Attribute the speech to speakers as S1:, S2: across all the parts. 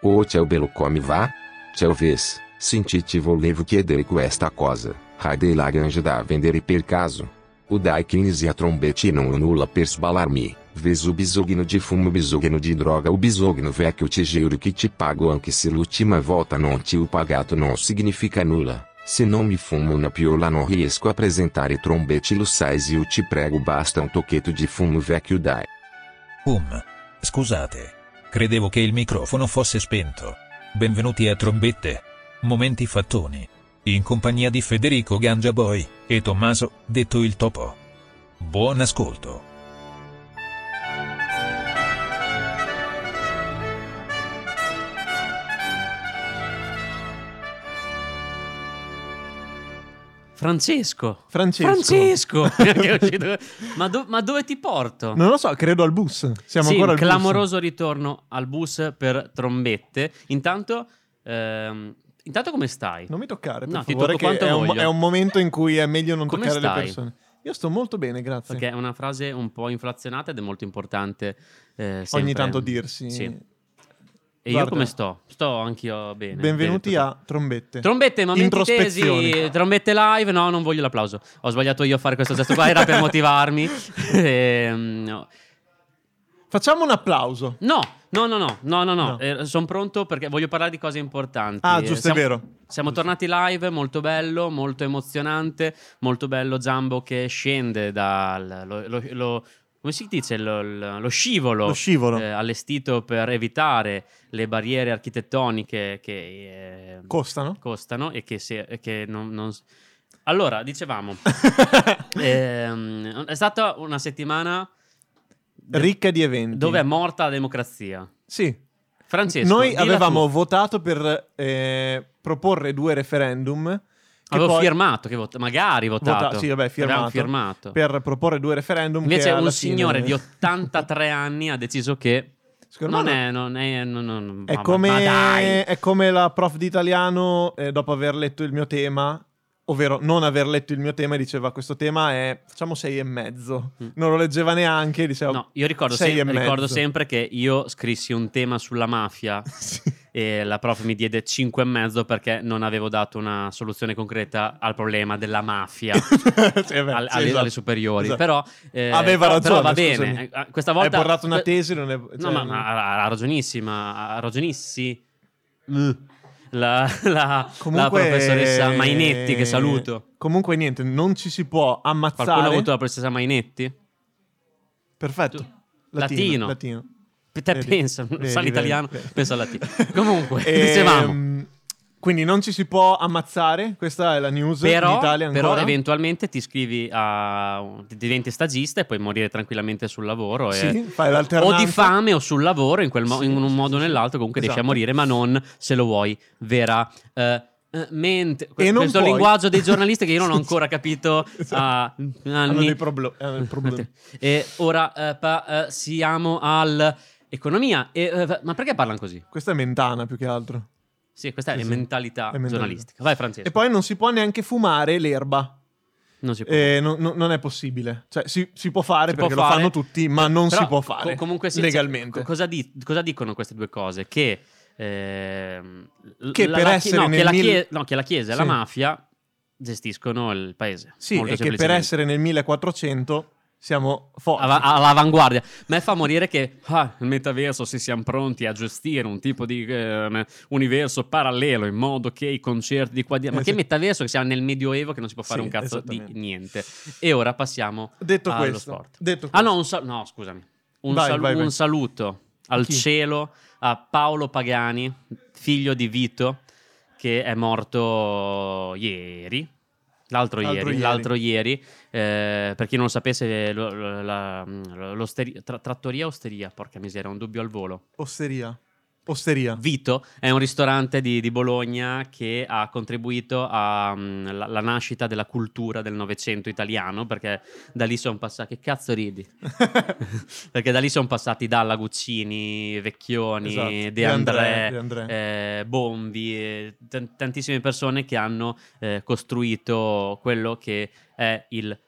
S1: Oh cel bello come va? Cel vez, sentite volevo chiedere questa cosa, hai dei larange da vendere per caso? O dai 15 a trombetino nulla per sbalarmi, vez o bisogno di fumo bisogno di droga o bisogno vecchio ti giuro che ti pago anche se l'ultima volta non ti ho pagato non significa nulla. Se non mi fumo una piola non riesco a presentare trombeti lo sai se io ti prego basta un tocchetto di fumo vecchio dai.
S2: Um. Scusate. Credevo che il microfono fosse spento. Benvenuti a Trombette. Momenti fattoni. In compagnia di Federico Gangiaboi e Tommaso, detto il topo. Buon ascolto.
S3: Francesco.
S4: Francesco.
S3: Francesco. ma, do- ma dove ti porto?
S4: Non lo so, credo al bus. Siamo
S3: sì,
S4: ancora
S3: un
S4: al bus.
S3: clamoroso ritorno al bus per trombette. Intanto, ehm, intanto come stai?
S4: Non mi toccare, per
S3: No, ti
S4: favore,
S3: tocco
S4: che
S3: quanto
S4: è un,
S3: voglio.
S4: è un momento in cui è meglio non
S3: Come
S4: toccare
S3: stai?
S4: le persone. Io sto molto bene, grazie.
S3: Perché è una frase un po' inflazionata ed è molto importante. eh, sempre-
S4: Ogni tanto dirsi.
S3: Sì. E io
S4: Guarda.
S3: come sto? Sto anch'io bene.
S4: Benvenuti
S3: bene, tutto-
S4: a Trombette.
S3: Trombette, momenti
S4: Introspezioni.
S3: tesi, trombette live. No, non voglio l'applauso. Ho sbagliato io a fare questo gesto qua, era per motivarmi. Ehm, no.
S4: Facciamo un applauso.
S3: No, no, no, no, no, no,
S4: No.
S3: sono pronto perché voglio parlare di cose importanti.
S4: Ah,
S3: Eh,
S4: giusto,
S3: siamo-
S4: è vero.
S3: Siamo tornati live, molto bello, molto emozionante, molto bello Zambo che scende dal... lo- lo- lo- come si dice? Lo, lo- lo scivolo.
S4: Lo scivolo.
S3: eh, allestito per evitare le barriere architettoniche che eh,
S4: Costano?
S3: costano e che, se- e che non, non s- Allora, dicevamo, Eh, ehm, è stata una settimana
S4: Ricca di eventi.
S3: dove è morta la democrazia.
S4: Sì.
S3: Francesco,
S4: Noi
S3: dilla
S4: avevamo
S3: tu.
S4: votato per eh, proporre due referendum. che
S3: Avevo
S4: poi-
S3: firmato, che vot- magari votato.
S4: Vota- sì, vabbè, firmato.
S3: Avevamo firmato.
S4: Per proporre due referendum.
S3: Invece
S4: che
S3: un
S4: alla fine-
S3: signore di 83 anni ha deciso che
S4: Secondo me
S3: non è, non è, non, non-
S4: È
S3: ma- ma dai.
S4: come, è come la prof di italiano eh, dopo aver letto il mio tema, ovvero non aver letto il mio tema, diceva questo tema è facciamo sei e mezzo.
S3: Mm.
S4: Non lo leggeva neanche, diceva
S3: No, io ricordo,
S4: sei
S3: sem-
S4: e mezzo.
S3: ricordo sempre che io scrissi un tema sulla mafia e la prof mi diede 5 e mezzo perché non avevo dato una soluzione concreta al problema della mafia.
S4: Sì, vabbè,
S3: al-
S4: sì,
S3: alle,
S4: esatto.
S3: alle superiori.
S4: Esatto.
S3: Però, eh, però-
S4: Aveva ragione,
S3: però va
S4: scusami.
S3: bene. Eh, Questa volta
S4: Hai portato una
S3: que-
S4: tesi, non è- cioè-
S3: no, ma, ma ha ha ragionissima. Ha ragionissi. La, la- la professoressa Mainetti, che saluto.
S4: Comunque niente, non ci si può ammazzare.
S3: Qualcuno ha avuto la professoressa Mainetti?
S4: Perfetto.
S3: Latino.
S4: Latino. latino.
S3: Pe- Te
S4: Vedi,
S3: pensa, non
S4: vedi,
S3: sa l'italiano,
S4: vedi, vedi.
S3: pensa al latino. Comunque,
S4: Ehm,
S3: dicevamo.
S4: Quindi non ci si può ammazzare, questa è la news in
S3: Però,
S4: Italia ancora.
S3: però eventualmente ti iscrivi a. un- ti diventi stagista e puoi morire tranquilamente sul lavoro. e-
S4: Sì, fai
S3: o
S4: l'alternanza.
S3: di fame o sul lavoro, in, quel mo-
S4: Sì,
S3: in un
S4: sì,
S3: modo o
S4: sì,
S3: nell'altro, comunque riesci a
S4: esatto.
S3: morire, ma non se lo vuoi vera. eh, eh, mente. Que-
S4: E non
S3: questo
S4: puoi.
S3: linguaggio dei giornalisti che io non ho ancora capito
S4: Esatto.
S3: a
S4: Hanno
S3: anni.
S4: dei problo- hanno dei problemi.
S3: e ora eh, pa- eh, siamo all'economia. E, eh, ma perché parlano così?
S4: Questa è mentana più che altro.
S3: Sì, questa è
S4: Sì, sì.
S3: mentalità
S4: È mentalità.
S3: giornalistica. Vai, Francesco.
S4: E poi non si può neanche fumare l'erba.
S3: non si può.
S4: Eh, no- no- non è possibile. Cioè, si, si può fare
S3: Si può
S4: perché lo
S3: fare,
S4: fanno tutti, ma non
S3: Però
S4: si può
S3: co-
S4: fare
S3: comunque sì,
S4: legalmente.
S3: cioè, co- cosa, di- cosa dicono queste due cose? Che, ehm, l-
S4: Che per
S3: chi-
S4: essere
S3: no, che
S4: nel
S3: la
S4: mil-
S3: chie- no, che la Chiesa e la
S4: Sì.
S3: mafia gestiscono il paese.
S4: sì,
S3: molto
S4: e che per
S3: semplicemente.
S4: essere nel 1400 siamo forti.
S3: Ava- all'avanguardia. Me fa morire che ah, il metaverso se siamo pronti a gestire un tipo di eh, universo parallelo in modo che i concerti di qua di... Ma
S4: Eh,
S3: che
S4: sì.
S3: metaverso che siamo nel medioevo che non si può fare
S4: Sì,
S3: un cazzo di
S4: esattamente.
S3: niente. E ora passiamo
S4: Detto
S3: allo
S4: questo,
S3: sport.
S4: detto
S3: Ah
S4: questo.
S3: no, un sal- no, scusami. Un,
S4: Vai,
S3: salu-
S4: vai, vai.
S3: un saluto al
S4: Chi?
S3: cielo a Paolo Pagani, figlio di Vito, che è morto ieri. L'altro,
S4: L'altro
S3: ieri,
S4: ieri.
S3: l'altro ieri, eh, per chi non lo sapesse, lo- lo- la- l'osteria- tra- trattoria osteria, porca miseria, un dubbio al volo.
S4: Osteria. Osteria.
S3: Vito è un ristorante di, di Bologna che ha contribuito alla nascita della cultura del Novecento italiano, perché da lì sono passati. Che cazzo ridi? perché da lì sono passati Dalla Guccini, Vecchioni,
S4: Esatto.
S3: De André,
S4: De André.
S3: eh, Bombi, eh, tan- tantissime persone che hanno eh, costruito quello che è il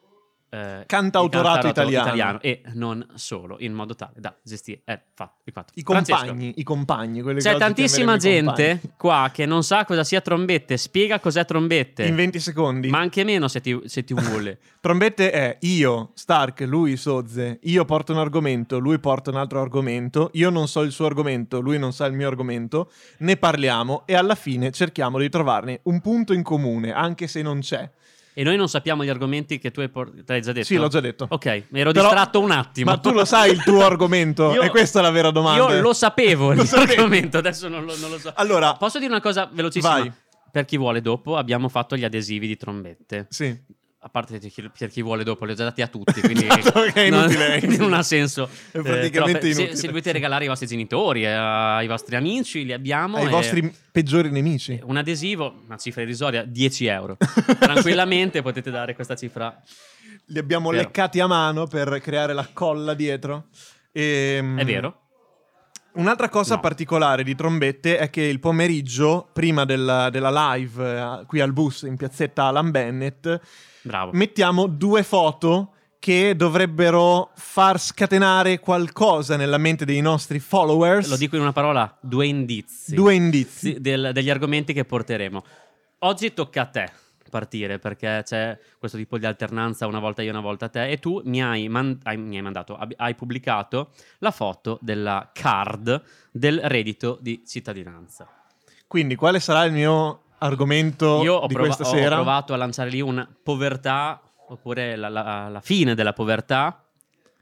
S3: eh,
S4: Cantautorato
S3: il
S4: italiano.
S3: e non solo, in modo tale da gestire eh, fa- il fatto.
S4: I
S3: Francesco,
S4: compagni, i compagni. quelli che
S3: C'è
S4: oggi
S3: tantissima
S4: chiameremo i
S3: gente qua che non sa cosa sia trombette, spiega cos'è trombette,
S4: compagni. In 20 secondi.
S3: ma anche meno se ti, se ti vuole.
S4: Trombette è io, Stark, lui, Sozze. Io porto un argomento, lui porta un altro argomento. Io non so il suo argomento, lui non sa il mio argomento. Ne parliamo e alla fine cerchiamo di trovarne un punto in comune, anche se non c'è.
S3: e noi non sappiamo gli argomenti che tu hai, por- te l'hai già detto.
S4: Sì, l'ho già detto.
S3: Ok, mi ero
S4: Però-
S3: distratto un attimo.
S4: Ma tu lo sai il tuo argomento?
S3: Io-
S4: e questa è la vera domanda.
S3: Io lo sapevo
S4: Lo
S3: il tuo
S4: sapevi?
S3: argomento, adesso non lo, non lo so.
S4: Allora,
S3: Posso dire una cosa velocissima?
S4: Vai.
S3: Per chi vuole dopo, abbiamo fatto gli adesivi di trombette.
S4: sì.
S3: A parte per chi, per chi vuole dopo, li ho già dati a tutti, quindi
S4: Esatto, ok, è inutile.
S3: non, non ha senso.
S4: È
S3: Eh, però
S4: praticamente
S3: per- se-
S4: inutile.
S3: Se, dovete regalare ai vostri genitori, eh, ai vostri amici, li abbiamo.
S4: Ai
S3: e-
S4: vostri peggiori nemici.
S3: Eh, Un adesivo, una cifra irrisoria, 10 euro. Tranquillamente potete dare questa cifra.
S4: Li abbiamo
S3: Vero.
S4: leccati a mano per creare la colla dietro. Ehm,
S3: È vero?
S4: Un'altra cosa
S3: No.
S4: particolare di trombette è che il pomeriggio, prima della, della live eh, qui al bus in piazzetta Alan Bennett,
S3: Bravo.
S4: mettiamo due foto che dovrebbero far scatenare qualcosa nella mente dei nostri followers.
S3: Lo dico in una parola, due indizi.
S4: Due indizi.
S3: Sì, del- degli argomenti che porteremo. Oggi tocca a te partire perché c'è questo tipo di alternanza una volta io una volta te e tu mi hai, man- hai- mi hai mandato ab- hai pubblicato la foto della card del reddito di cittadinanza
S4: Quindi quale sarà il mio argomento
S3: io ho,
S4: di
S3: prova-
S4: questa
S3: ho
S4: sera?
S3: provato a lanciare lì una povertà oppure la, la- la fine della povertà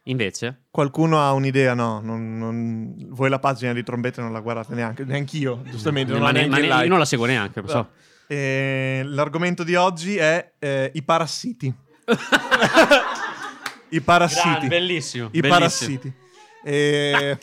S3: invece
S4: Qualcuno ha un'idea? No, non, non- voi la pagina di trombette non la guardate neanche, neanch'io, giustamente. Non
S3: ma
S4: ho
S3: ne-
S4: neanche
S3: ma
S4: il
S3: ne-
S4: like.
S3: io non la seguo neanche lo so.
S4: Eh, l'argomento di oggi è eh, i parassiti. I parassiti.
S3: Gran, bellissimo,
S4: I
S3: bellissimo.
S4: parassiti. Eh,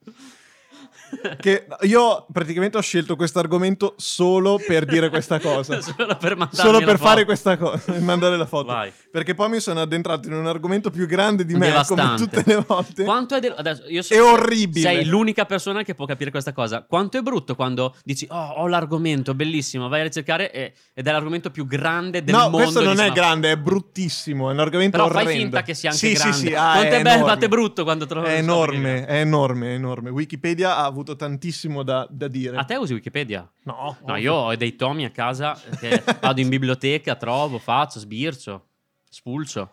S3: Cazzo.
S4: che io praticamente ho scelto questo argomento solo per dire questa cosa.
S3: solo per, mandarmi
S4: Solo
S3: la
S4: per
S3: foto.
S4: fare questa cosa, mandare la foto.
S3: Vai.
S4: Perché poi mi sono addentrato in un argomento più grande di me,
S3: Devastante.
S4: come tutte le volte.
S3: Quanto è, de- adesso, io so-
S4: È orribile.
S3: Sei l'unica persona che può capire questa cosa. Quanto è brutto quando dici "Oh, ho l'argomento bellissimo, vai a ricercare e- ed è l'argomento più grande del
S4: no,
S3: mondo".
S4: questo non
S3: dici,
S4: è
S3: "Ma-
S4: grande, è bruttissimo, è un argomento
S3: Però
S4: orrendo.
S3: fai finta che sia anche
S4: sì,
S3: grande.
S4: Sì, sì, ah,
S3: Quanto è bello,
S4: enorme.
S3: quanto è brutto quando trovo-
S4: È
S3: non so perché.
S4: enorme, è enorme, è enorme. Wikipedia ha avuto tantissimo da, da dire.
S3: A te usi Wikipedia?
S4: No,
S3: No, io ho dei tomi a casa che vado in biblioteca, trovo, faccio, sbircio, spulcio.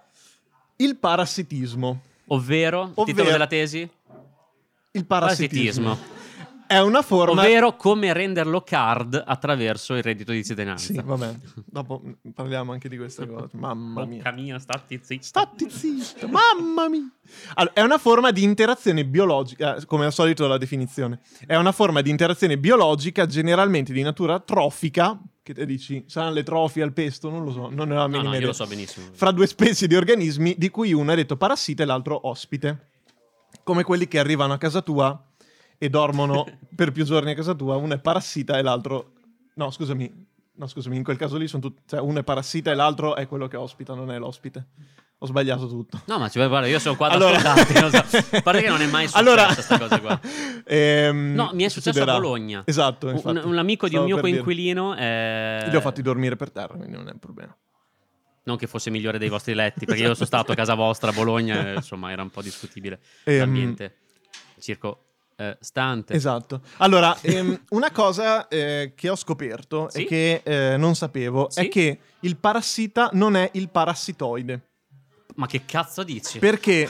S4: Il parassitismo.
S3: Ovvero, titolo
S4: Ovvero-
S3: della tesi?
S4: Il parassitismo.
S3: Parassitismo.
S4: È una forma...
S3: Ovvero come renderlo card attraverso il reddito di cittadinanza.
S4: Sì, vabbè. Dopo mm, parliamo anche di queste cose. Mamma mia.
S3: Bocca mia, stati zitti.
S4: Stati zitto, mamma mia. Allora, è una forma di interazione biologica, eh, come al solito la definizione. È una forma di interazione biologica generalmente di natura trofica, che te dici, saranno le trofie al pesto, non lo so, non ne ho la
S3: No,
S4: minima
S3: no, io
S4: idea.
S3: lo so benissimo.
S4: Fra due specie di organismi di cui uno è detto parassita e l'altro ospite. Come quelli che arrivano a casa tua e dormono per più giorni a casa tua, uno è parassita e l'altro No, scusami. No, scusami, in quel caso lì sono tutti. Cioè, uno è parassita e l'altro è quello che ospita, non è l'ospite. Ho sbagliato tutto.
S3: No, ma ci vuole- guarda, io sono qua da soldato, non so. A parte che non è mai successa questa cosa qua.
S4: ehm,
S3: No, mi è successo
S4: succederà.
S3: a Bologna.
S4: Esatto.
S3: Un-
S4: infatti.
S3: un amico di un
S4: Stavo
S3: mio
S4: per dire.
S3: coinquilino. eh,
S4: Li ho fatti dormire per terra, quindi non è un problema.
S3: Non che fosse migliore dei vostri letti, perché io sono stato a casa vostra a Bologna, e, insomma, era un po' discutibile
S4: Ehm,
S3: l'ambiente circo eh, stante.
S4: Esatto. Allora, ehm, una cosa eh, che ho scoperto
S3: Sì?
S4: e che eh, non sapevo
S3: Sì?
S4: è che il parassita non è il parassitoide.
S3: Ma che cazzo dici?
S4: Perché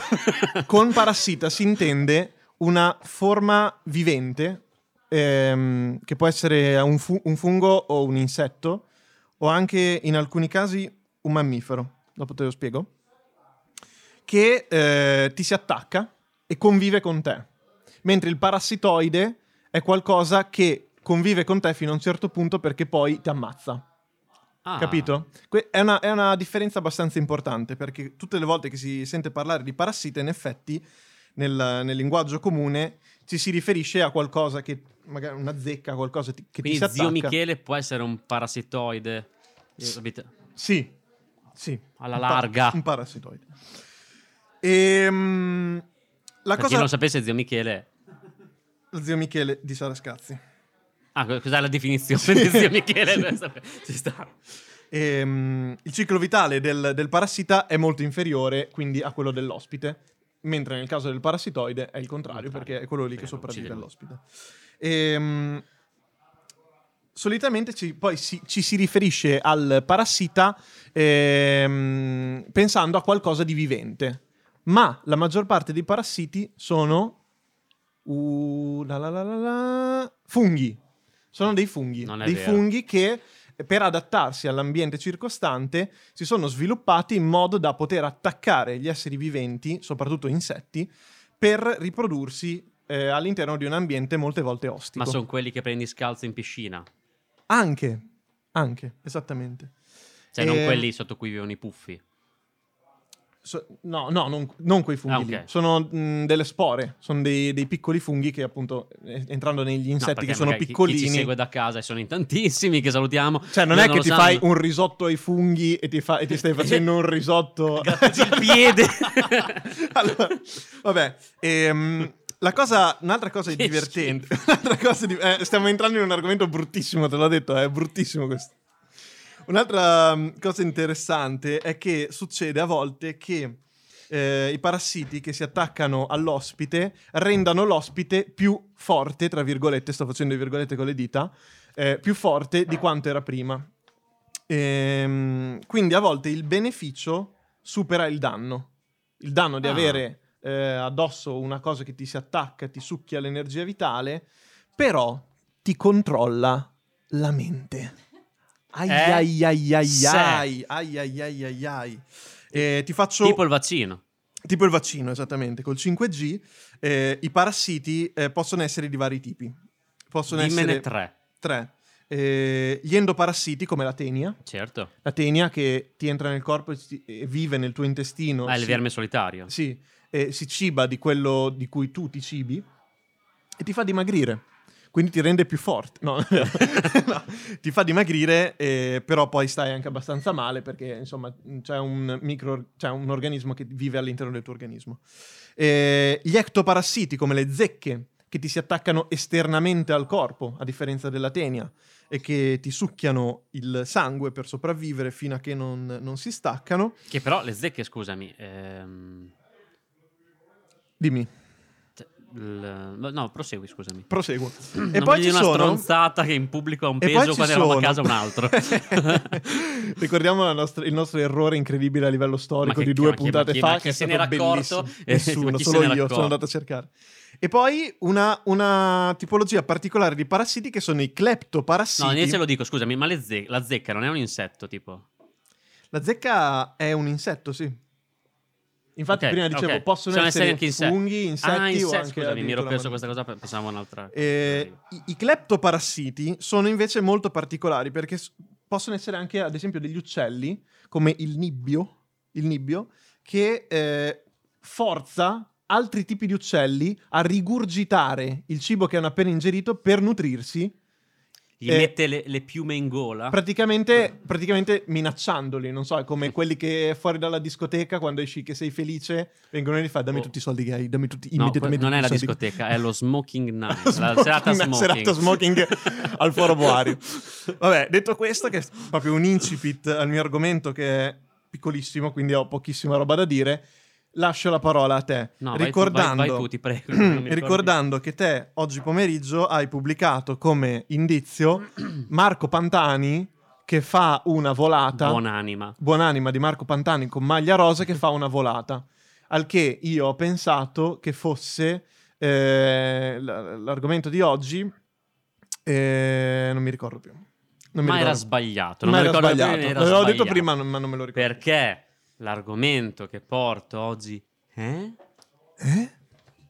S4: con parassita si intende una forma vivente, ehm, che può essere un, fu- un fungo o un insetto, o anche in alcuni casi un mammifero, dopo te lo spiego, che eh, ti si attacca e convive con te. Mentre il parassitoide è qualcosa che convive con te fino a un certo punto perché poi ti ammazza.
S3: Ah,
S4: Capito? Que- è, una, è una differenza abbastanza importante perché tutte le volte che si sente parlare di parassita, in effetti, nel, nel linguaggio comune ci si riferisce a qualcosa che magari una zecca, qualcosa ti- che
S3: Quindi
S4: ti si
S3: zio
S4: attacca.
S3: Michele può essere un parassitoide. Eh, capito?
S4: Sì, sì.
S3: Alla
S4: Un pa-
S3: larga.
S4: un parassitoide. Ehm, la
S3: Per chi
S4: cosa.
S3: non sapesse, zio Michele.
S4: Zio Michele di Sarascazzi.
S3: Ah, co- cos'è la definizione di zio Michele?
S4: Sì.
S3: Questa- Ci sta.
S4: Ehm, il ciclo vitale del, del parassita è molto inferiore quindi a quello dell'ospite, mentre nel caso del parassitoide è il contrario,
S3: Contrario.
S4: perché è quello lì che
S3: Perché
S4: sopravvive
S3: uccide
S4: all'ospite. Ehm, solitamente ci, poi si- ci si riferisce al parassita ehm, pensando a qualcosa di vivente, ma la maggior parte dei parassiti sono uh, la la la la la, funghi. Sono dei funghi,
S3: Non è
S4: dei
S3: vero.
S4: funghi che per adattarsi all'ambiente circostante si sono sviluppati in modo da poter attaccare gli esseri viventi, soprattutto insetti, per riprodursi eh, all'interno di un ambiente molte volte ostico.
S3: Ma sono quelli che prendi scalzo in piscina,
S4: Anche, anche, esattamente.
S3: cioè
S4: Eh,
S3: non quelli sotto cui vivono i puffi.
S4: So- no, no, non, non quei funghi
S3: Ah,
S4: lì.
S3: ok.
S4: Sono mh, delle spore, sono dei, dei piccoli funghi che appunto, eh, entrando negli
S3: No,
S4: insetti
S3: perché
S4: che sono
S3: magari chi-
S4: piccolini...
S3: Chi, ci segue da casa e sono in tantissimi che salutiamo.
S4: Cioè, non
S3: Loro
S4: è che
S3: lo
S4: ti
S3: sanno.
S4: fai un risotto ai funghi e ti, fa- e ti stai facendo un risotto
S3: Grattati il piede.
S4: Allora, vabbè, ehm, la cosa, un'altra cosa
S3: Che
S4: divertente. un'altra cosa di- eh, stiamo entrando in un argomento bruttissimo, te l'ho detto, è bruttissimo questo. Un'altra mm, cosa interessante è che succede a volte che eh, i parassiti che si attaccano all'ospite rendano l'ospite più forte, tra virgolette, sto facendo le virgolette con le dita, eh, più forte di quanto era prima. Ehm, quindi a volte il beneficio supera il danno. Il danno di
S3: Ah.
S4: avere eh, addosso una cosa che ti si attacca, ti succhia l'energia vitale, però ti controlla la mente. Ai
S3: Eh?
S4: ai ai ai
S3: Se.
S4: ai, ai ai ai ai ai. Eh, ti faccio
S3: tipo il vaccino.
S4: Tipo il vaccino, esattamente. Col 5G eh, i parassiti eh, possono essere di vari tipi. Possono
S3: Dimmene
S4: essere
S3: tre,
S4: tre. Eh, gli endoparassiti, come la tenia.
S3: certo.
S4: La tenia che ti entra nel corpo e, si- e vive nel tuo intestino.
S3: Ah, il
S4: si-
S3: verme solitario.
S4: Sì, eh, si ciba di quello di cui tu ti cibi e ti fa dimagrire. Quindi ti rende più forte. No, no, ti fa dimagrire, eh, però poi stai anche abbastanza male perché insomma c'è un, micro, c'è un organismo che vive all'interno del tuo organismo. Eh, gli ectoparassiti, come le zecche, che ti si attaccano esternamente al corpo, a differenza della tenia, e che ti succhiano il sangue per sopravvivere fino a che non, non si staccano.
S3: Che però le zecche, scusami. ehm,
S4: Dimmi,
S3: cioè, il- no, prosegui, scusami.
S4: proseguo.
S3: non mi di una stronzata che in pubblico ha un
S4: E poi
S3: peso,
S4: ci
S3: quando eravamo a
S4: sono-
S3: casa un altro.
S4: Ricordiamo la nostra- il nostro errore incredibile a livello
S3: Ma
S4: storico
S3: che-
S4: di due
S3: ma chi-
S4: puntate
S3: ma chi-
S4: fa.
S3: ma
S4: che
S3: chi
S4: è
S3: se
S4: stato
S3: n'era accorto? Eh,
S4: bellissimo.
S3: ma
S4: Nessuno,
S3: chi se
S4: solo
S3: n'era
S4: io sono
S3: accorto?
S4: andato a cercare. E poi una, una tipologia particolare di parassiti che sono i
S3: No,
S4: cleptoparassiti.
S3: invece lo dico, scusami, ma le ze- la zecca non è un insetto, tipo?
S4: La zecca è un insetto, sì. Infatti,
S3: Ok,
S4: prima dicevo,
S3: ok.
S4: possono
S3: Possono
S4: essere,
S3: anche insetti.
S4: funghi, insetti
S3: ah,
S4: o
S3: insetti,
S4: anche
S3: scusami, mi ero
S4: addirittura
S3: perso
S4: mammiferi.
S3: questa cosa qua, pensavo a un'altra.
S4: Eh, i, i cleptoparassiti sono invece molto particolari perché s- possono essere anche, ad esempio, degli uccelli come il nibbio, il nibbio che eh, forza altri tipi di uccelli a rigurgitare il cibo che hanno appena ingerito per nutrirsi,
S3: Gli
S4: eh,
S3: mette le, le piume in gola?
S4: praticamente, praticamente minacciandoli. Non so, è come quelli che fuori dalla discoteca quando esci che sei felice vengono lì e gli fanno dammi
S3: Oh.
S4: tutti i soldi che hai, dammi tutti
S3: No, que-
S4: immediatamente
S3: non è la
S4: tutti i soldi".
S3: discoteca, è lo smoking night, la serata
S4: Smoking-
S3: smoking.
S4: serata smoking al Foro Boario. Vabbè, detto questo, che è proprio un incipit al mio argomento che è piccolissimo, quindi ho pochissima roba da dire, lascio la parola a te.
S3: No, vai tu-
S4: ricordando,
S3: vai- vai tu, ti prego, non mi ricordo.
S4: ricordando che te oggi pomeriggio hai pubblicato come indizio Marco Pantani che fa una volata.
S3: Buonanima.
S4: Buonanima di Marco Pantani con maglia rosa che fa una volata. Al che io ho pensato che fosse eh, l- l'argomento di oggi. eh, non mi ricordo più. Non mi
S3: Ma era
S4: ricordo.
S3: sbagliato. Non
S4: Ma
S3: mi
S4: era
S3: ricordo
S4: sbagliato.
S3: bene, era
S4: L'avevo detto
S3: sbagliato.
S4: prima, non- ma non me lo ricordo.
S3: Perché l'argomento che porto oggi è
S4: Eh?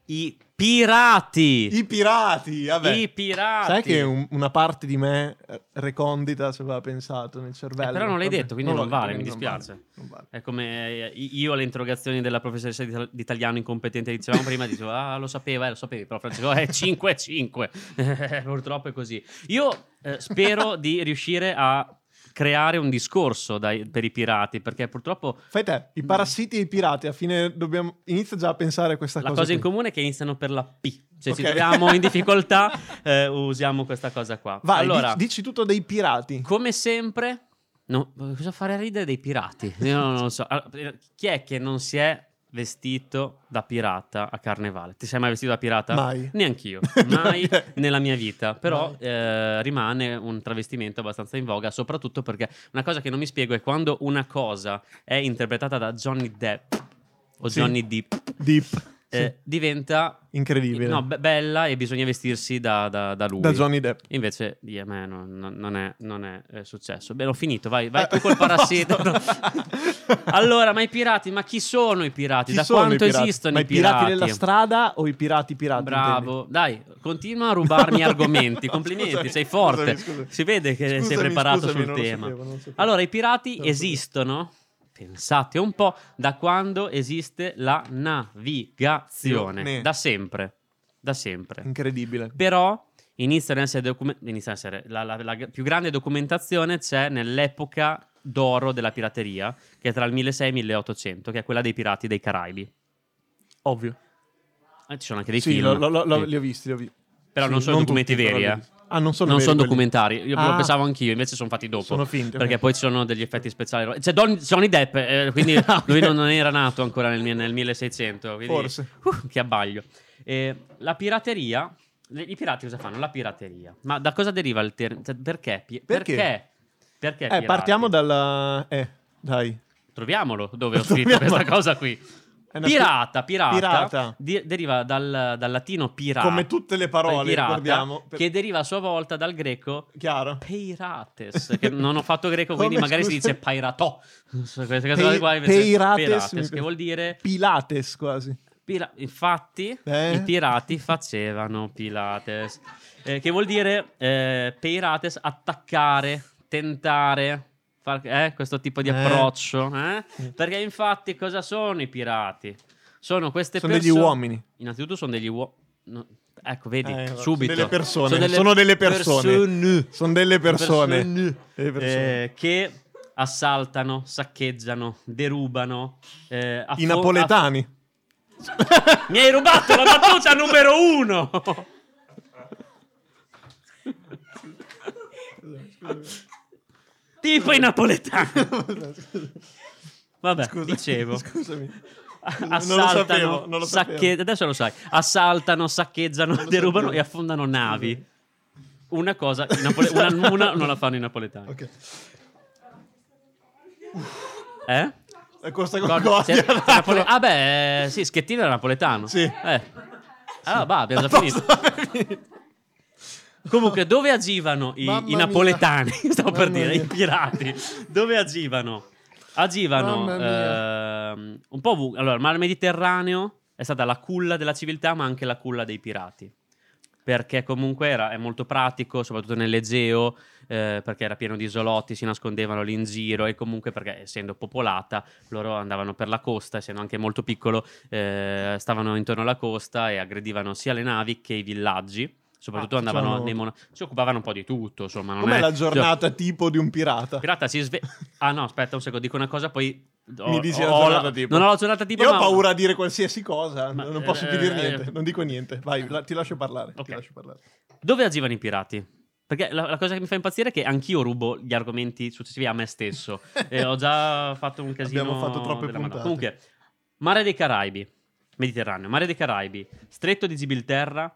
S3: i pirati.
S4: I pirati, vabbè.
S3: I pirati.
S4: Sai che un- una parte di me eh, recondita se aveva pensato nel cervello.
S3: Eh, però non l'hai
S4: Vabbè,
S3: detto, quindi non
S4: l'ho detto,
S3: vale, mi
S4: quindi non vale,
S3: dispiace.
S4: non vale.
S3: È come eh, io alle interrogazioni della professoressa di ital- di italiano incompetente che dicevamo prima, dicevo, ah, lo sapeva, eh, lo sapevi, però Francesco è 5 5. Purtroppo è così. Io eh, spero di riuscire a creare un discorso dai- per i pirati, perché purtroppo
S4: Fai te, i parassiti e i pirati, a fine dobbiamo... Inizia già a pensare a questa
S3: la
S4: cosa.
S3: cosa, in
S4: qui.
S3: comune è che iniziano per la P. Se ci
S4: Ok.
S3: troviamo in difficoltà, eh, usiamo questa cosa qua.
S4: Vai,
S3: allora,
S4: dici, dici tutto dei pirati.
S3: come sempre, No, cosa fare a ridere dei pirati? Io non lo so. Allora, eh, chi è che non si è vestito da pirata a carnevale? Ti sei mai vestito da pirata?
S4: Mai.
S3: Neanch'io, mai nella mia vita. Però eh, rimane un travestimento abbastanza in voga, soprattutto perché una cosa che non mi spiego è quando una cosa è interpretata da Johnny Depp o
S4: Sì.
S3: Johnny Depp,
S4: Deep.
S3: eh, diventa
S4: Incredibile.
S3: no, be- bella e bisogna vestirsi da, da- da lui.
S4: da Johnny Depp.
S3: Invece di a me non, non- non è, non è, eh, successo. Beh, ho finito, vai,
S4: Eh,
S3: vai tu col parassito. allora, ma i pirati, ma chi sono i pirati?
S4: Chi
S3: da
S4: sono
S3: quanto
S4: pirati?
S3: esistono
S4: Ma
S3: i pirati?
S4: della strada o i pirati pirati?
S3: Bravo, dai, continua a rubarmi
S4: No,
S3: argomenti.
S4: no,
S3: Complimenti,
S4: scusami,
S3: sei forte.
S4: scusami, scusami.
S3: Si vede che sei
S4: Scusami,
S3: preparato
S4: scusami,
S3: sul
S4: non lo
S3: tema.
S4: sapevo, non lo sapevo. Certo.
S3: Allora, i pirati
S4: Non lo sapevo.
S3: esistono, pensate un po', da quando esiste la navigazione?
S4: Ne.
S3: Da sempre, da sempre
S4: Incredibile.
S3: però iniziano a essere, docu- iniziano a essere- la, la- la più grande documentazione c'è nell'epoca d'oro della pirateria, che è tra il 1600 e il 1800, che è quella dei pirati dei Caraibi.
S4: Ovvio.
S3: Eh, ci sono anche dei
S4: sì,
S3: film.
S4: lo- lo- lo-
S3: Sì.
S4: li ho visti, li ho visti.
S3: Però
S4: Sì,
S3: non sono documenti
S4: tutti,
S3: veri,
S4: però
S3: eh.
S4: li ho visti. Ah, non sono
S3: non
S4: veri
S3: sono
S4: quelli.
S3: documentari, io
S4: Ah,
S3: lo pensavo anch'io, invece sono fatti dopo.
S4: Sono finti. ok.
S3: Perché poi ci sono degli effetti speciali. C'è Don- Johnny Depp, eh, quindi lui non, non era nato ancora nel, nel 1600. Quindi,
S4: Forse.
S3: Uh, che abbaglio. Eh, la pirateria. le- I pirati cosa fanno? La pirateria. Ma da cosa deriva il termine? perché? pi-
S4: Perché?
S3: Perché? Perché
S4: Eh,
S3: pirati?
S4: partiamo dalla... Eh, dai.
S3: Troviamolo dove ho scritto
S4: Troviamolo.
S3: questa cosa qui.
S4: È una
S3: Pirata, pirata,
S4: Pirata.
S3: di- deriva dal, dal latino pirata.
S4: Come tutte le parole,
S3: pirata,
S4: ricordiamo. Per-
S3: Che deriva a sua volta dal greco
S4: Chiaro.
S3: Peirates, che non ho fatto greco, quindi
S4: Come,
S3: magari si
S4: scusa?
S3: dice pairato. Queste cose
S4: Pei-
S3: qua invece
S4: peirates, mi
S3: peirates,
S4: piace.
S3: che vuol dire
S4: Pilates quasi.
S3: pira- infatti
S4: Eh?
S3: i pirati facevano pilates, Eh, che vuol dire eh, peirates attaccare, tentare, far- eh, questo tipo di
S4: Eh. Mm.
S3: approccio, eh? Perché infatti cosa sono i pirati? Sono queste
S4: Sono degli
S3: persone
S4: uomini.
S3: Innanzitutto sono degli uomini. ecco, vedi,
S4: Eh,
S3: subito.
S4: Sono delle persone. Sono delle, persone. Sono delle persone.
S3: Persone.
S4: Delle persone.
S3: Eh, che assaltano, saccheggiano, derubano. eh, affo-
S4: I napoletani.
S3: aff- Mi hai rubato la battuta numero uno! tipo i napoletani. Vabbè,
S4: Scusa,
S3: dicevo.
S4: Scusami.
S3: assaltano,
S4: Non lo sapevo, non lo
S3: sacche-
S4: sapevo.
S3: adesso lo sai, assaltano, saccheggiano,
S4: lo
S3: derubano
S4: sapevo.
S3: e affondano navi. Una cosa, i napole- una, una non la fanno i napoletani.
S4: Ok.
S3: Eh?
S4: Eh, Costa
S3: Guarda, se- se Napole-
S4: Concordia.
S3: ah beh, sì, Schettino era napoletano.
S4: Sì.
S3: Eh. Allora, va, abbiamo già finito. Comunque, dove agivano i,
S4: Mamma
S3: i
S4: mia.
S3: napoletani? Stavo per
S4: Mamma
S3: dire,
S4: mia.
S3: i pirati. Dove agivano? Agivano ehm, un po' ovunque. Allora, il Mar Mediterraneo è stata la culla della civiltà, ma anche la culla dei pirati. Perché comunque era, è molto pratico, soprattutto nell'Egeo, eh, perché era pieno di isolotti, si nascondevano lì in giro e comunque perché essendo popolata loro andavano per la costa, essendo anche molto piccolo, eh, stavano intorno alla costa e aggredivano sia le navi che i villaggi. Soprattutto
S4: Ah,
S3: andavano
S4: facevano-
S3: nei mono- si occupavano un po' di tutto, insomma. Non
S4: Com'è
S3: è-
S4: la giornata tipo di un pirata?
S3: il pirata si sveglia. Ah, no, aspetta un secondo, dico una cosa, poi. ho-
S4: Mi dici la
S3: ho
S4: giornata tipo.
S3: Non ho la giornata tipo.
S4: Io ho
S3: ma-
S4: paura a dire qualsiasi cosa,
S3: Ma-
S4: non posso più
S3: eh,
S4: dire
S3: eh,
S4: niente, non dico niente. Vai, la- ti lascio parlare. ti
S3: Ok.
S4: lascio parlare.
S3: Dove agivano i pirati? Perché la, la cosa che mi fa impazzire è che anch'io rubo gli argomenti successivi a me stesso. e ho già fatto un casino.
S4: Abbiamo fatto troppe
S3: della Madonna.
S4: puntate.
S3: Comunque, Mare dei Caraibi, Mediterraneo, Mare dei Caraibi, Stretto di Gibilterra,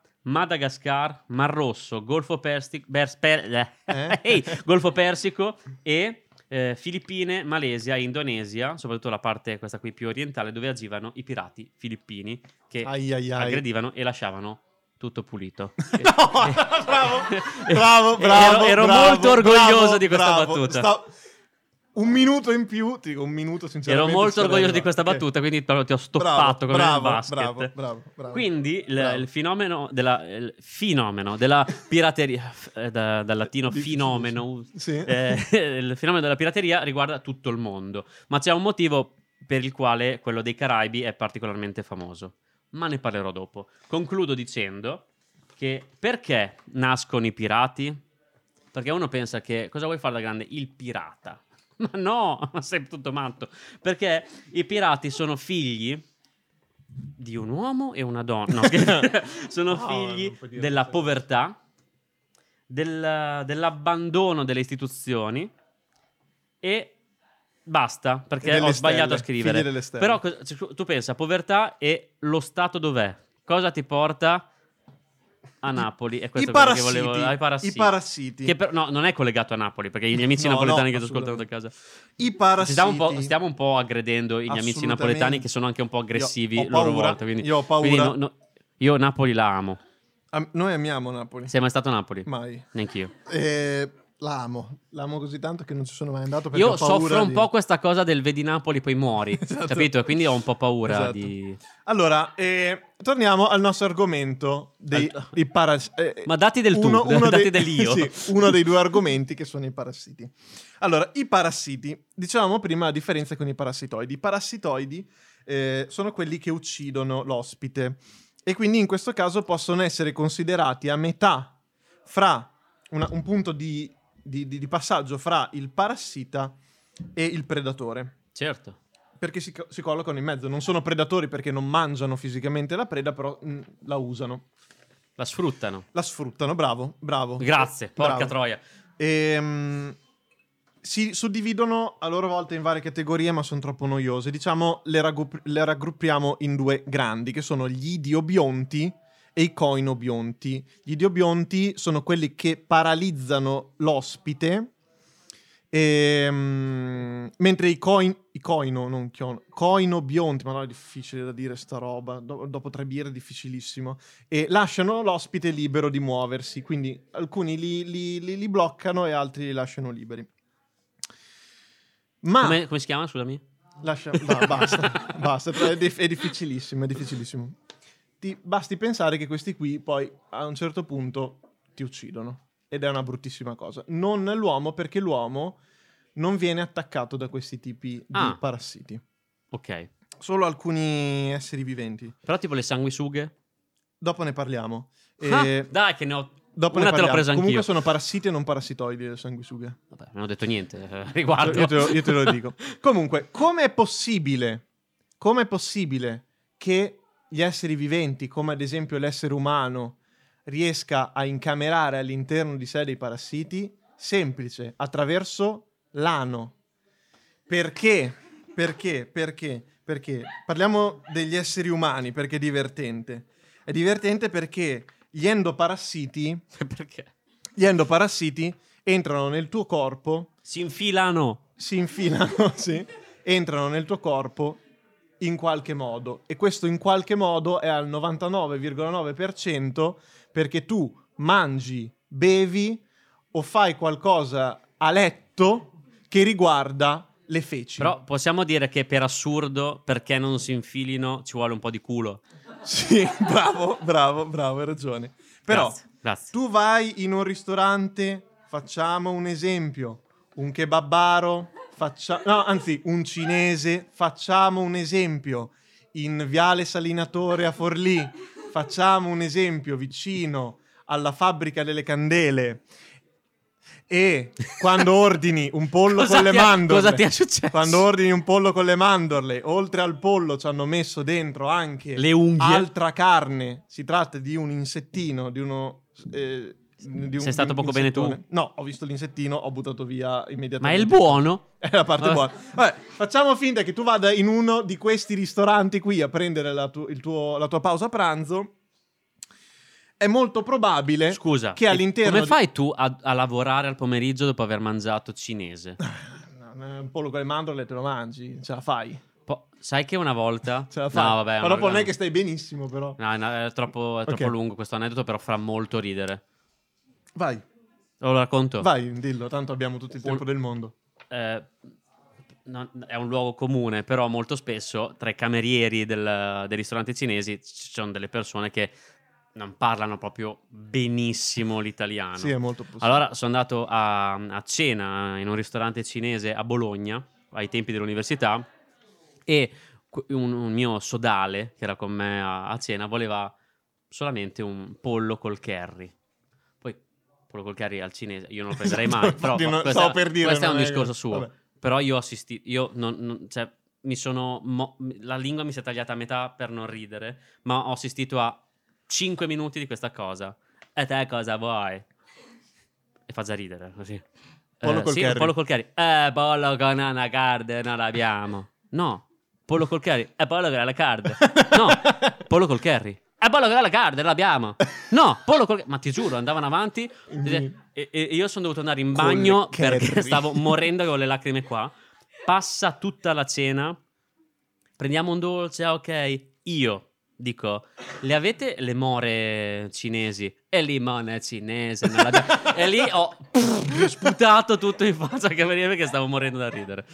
S3: Madagascar, Mar Rosso, Golfo, Persi- Pers- Per-
S4: Eh?
S3: Ehi, Golfo Persico e eh, Filippine, Malesia, Indonesia, soprattutto la parte questa qui più orientale, dove agivano i pirati filippini che
S4: Ai ai ai.
S3: aggredivano e lasciavano tutto pulito.
S4: No, bravo, bravo, bravo.
S3: Ero, ero
S4: bravo,
S3: molto orgoglioso
S4: bravo,
S3: di questa
S4: bravo.
S3: battuta.
S4: Sta- Un minuto in più, ti dico un minuto
S3: Ero
S4: sinceramente. ci
S3: molto
S4: sarei
S3: orgoglioso di
S4: arrivato.
S3: questa
S4: Ok.
S3: battuta, quindi proprio ti ho
S4: Bravo,
S3: stoppato come nel
S4: bravo,
S3: basket.
S4: Bravo, bravo, bravo.
S3: Quindi il,
S4: Bravo.
S3: il fenomeno della, il fenomeno della pirateria, f- eh, da- dal latino
S4: Difficile,
S3: fenomeno,
S4: Sì.
S3: eh, il fenomeno della pirateria riguarda tutto il mondo, ma c'è un motivo per il quale quello dei Caraibi è particolarmente famoso, ma ne parlerò dopo. Concludo dicendo che perché nascono i pirati? Perché uno pensa che cosa vuoi fare da grande? Il pirata. Ma no, ma sei tutto matto. Perché i pirati sono figli di un uomo e una donna. No, scherzo. sono
S4: No,
S3: figli
S4: non puoi dire
S3: della
S4: questa cosa.
S3: povertà, del- dell'abbandono delle istituzioni e basta, perché
S4: Delle
S3: ho sbagliato
S4: stelle,
S3: a scrivere.
S4: figli delle stelle.
S3: Però cos- cioè, tu pensa, povertà e lo Stato dov'è? Cosa ti porta a Napoli? E questo è
S4: I
S3: quello che
S4: parassiti,
S3: volevo- ai
S4: I parassiti.
S3: Che però- no, non è collegato a Napoli, perché gli amici
S4: No,
S3: napoletani
S4: no,
S3: che ci ascoltano da casa.
S4: I
S3: Ci
S4: parassiti.
S3: stiamo un po', stiamo un po' aggredendo gli amici
S4: Assolutamente.
S3: napoletani che sono anche un po' aggressivi
S4: Io ho
S3: loro
S4: paura,
S3: volta. Quindi,
S4: io ho paura.
S3: quindi no- no- io Napoli la amo.
S4: Am- noi amiamo Napoli.
S3: Sei mai stato a Napoli?
S4: Mai.
S3: Neanch'io.
S4: Eh, la amo. La amo così tanto che non ci sono mai andato perché
S3: Io
S4: ho paura
S3: soffro un
S4: di-
S3: po' questa cosa del vedi Napoli poi muori,
S4: Esatto.
S3: capito? Quindi ho un po' paura
S4: Esatto.
S3: di...
S4: Allora, eh, torniamo al nostro argomento dei
S3: Al-
S4: i eh, parassiti.
S3: Ecco. Ma dati del tu, dati dell'io.
S4: sì, uno dei due argomenti che sono i parassiti. Allora, i parassiti, dicevamo prima la differenza con i parassitoidi. I parassitoidi eh, sono quelli che uccidono l'ospite e quindi in questo caso possono essere considerati a metà fra una- un punto di- di- di- di passaggio fra il parassita e il predatore
S3: Certo.
S4: perché si, co- si collocano in mezzo. Non sono predatori perché non mangiano fisicamente la preda, però mh, la usano.
S3: La sfruttano.
S4: La sfruttano, bravo, bravo.
S3: Grazie, porca
S4: Bravo.
S3: troia.
S4: Ehm, si suddividono a loro volta in varie categorie, ma sono troppo noiose. Diciamo, le, raggu- le raggruppiamo in due grandi, che sono gli idiobionti e i coinobionti. Gli idiobionti sono quelli che paralizzano l'ospite, ehm, mentre i, coin- i coino, non chiono, coinobionti, ma no, è difficile da dire sta roba, do- dopo tre birre è difficilissimo e lasciano l'ospite libero di muoversi, quindi alcuni li, li- li- li bloccano e altri li lasciano liberi. Ma
S3: Come, come si chiama, scusami?
S4: lascia- no, basta, basta, è, dif- è difficilissimo, è difficilissimo. Ti- basti pensare che questi qui poi a un certo punto ti uccidono ed è una bruttissima cosa. Non l'uomo perché l'uomo non viene attaccato da questi tipi di
S3: Ah.
S4: parassiti,
S3: Ok.
S4: solo alcuni esseri viventi.
S3: Però tipo le sanguisughe?
S4: Dopo ne parliamo.
S3: Ah,
S4: Eh,
S3: dai che ne ho...
S4: Dopo
S3: Una
S4: ne
S3: te l'ho
S4: parliamo.
S3: presa
S4: Comunque
S3: anch'io.
S4: sono parassiti e non parassitoidi le sanguisughe.
S3: Vabbè, non ho detto niente eh, riguardo.
S4: Io te lo, io te lo dico. Comunque, come è possibile? Com'è possibile che gli esseri viventi, come ad esempio l'essere umano, riesca a incamerare all'interno di sé dei parassiti? Semplice, attraverso l'ano. Perché? Perché? Perché? Perché? Parliamo degli esseri umani perché è divertente. È divertente perché gli endoparassiti
S3: Perché?
S4: gli endoparassiti entrano nel tuo corpo,
S3: Si infilano.
S4: si infilano, sì, entrano nel tuo corpo in qualche modo. E questo in qualche modo è al 99,9% perché tu mangi, bevi o fai qualcosa a letto che riguarda le feci.
S3: Però possiamo dire che per assurdo, perché non si infilino, ci vuole un po' di culo.
S4: Sì, bravo, bravo, bravo, hai ragione. Però...
S3: Grazie, grazie.
S4: Tu vai in un ristorante, facciamo un esempio, un kebabaro, faccia- no, anzi, un cinese, facciamo un esempio, in Viale Salinatore a Forlì, facciamo un esempio vicino alla fabbrica delle candele. E quando ordini un pollo
S3: Cosa
S4: con le
S3: ti è-
S4: mandorle,
S3: cosa ti è successo?
S4: Quando ordini un pollo con le mandorle, oltre al pollo ci hanno messo dentro anche
S3: Le unghie.
S4: altra carne. Si tratta di un insettino, di uno. eh, di
S3: Sei stato
S4: di
S3: poco bene tu?
S4: insettone. No, ho visto l'insettino, ho buttato via
S3: Ma è
S4: immediatamente.
S3: il buono?
S4: È la parte
S3: Vabbè.
S4: buona. Vabbè, facciamo finta che tu vada in uno di questi ristoranti qui a prendere la, tu- il tuo- la tua pausa pranzo. È molto probabile
S3: Scusa.
S4: che
S3: e
S4: all'interno.
S3: Come
S4: di-
S3: fai tu a, a lavorare al pomeriggio dopo aver mangiato cinese?
S4: No, no, Un pollo con le mandorle te lo mangi, ce la fai.
S3: Po- sai che una volta...
S4: Ce la fai.
S3: No, vabbè.
S4: Ma dopo non è
S3: no.
S4: che stai benissimo, però.
S3: No, no, è troppo, è troppo
S4: Ok.
S3: lungo questo aneddoto, però fa molto ridere.
S4: Vai,
S3: Lo racconto?
S4: vai, dillo, tanto abbiamo tutto il tempo del mondo.
S3: Eh, non- è un luogo comune, però molto spesso tra i camerieri del- dei ristoranti cinesi ci sono delle persone che non parlano proprio benissimo l'italiano.
S4: Sì, è molto possibile.
S3: Ah, Allora sono andato a, a cena in un ristorante cinese a Bologna, ai tempi dell'università, e qu- un, un mio sodale che era con me a, a cena voleva solamente un pollo col curry. Poi pollo col curry al cinese io non lo prenderei mai, però
S4: Esatto, Infatti non-
S3: questo,
S4: stavo per dire,
S3: questo è
S4: non
S3: un
S4: è-
S3: discorso suo.
S4: vabbè.
S3: Però io ho assistito, io non, non- cioè, mi sono, mo- la lingua mi si è tagliata a metà per non ridere, ma ho assistito a 5 minuti di questa cosa. E te cosa vuoi? E fa già ridere così.
S4: Pollo
S3: Eh,
S4: col
S3: sì,
S4: curry.
S3: Pollo col curry. Eh, pollo con una card non l'abbiamo. No. Pollo col curry. Eh, pollo con la card. No. pollo col curry. Eh, pollo con la card non l'abbiamo. No. Pollo col Ma ti giuro, andavano avanti. E, Cioè, e- e io sono dovuto andare in
S4: Mm-hmm. Con le
S3: bagno
S4: curry.
S3: perché stavo morendo con le lacrime qua. Passa tutta la cena. Prendiamo un dolce, ah, ok. Io dico, le avete le more cinesi? E limone cinese. non l'abbiamo- e lì ho pff, sputato tutto in faccia che veniva perché stavo morendo da ridere.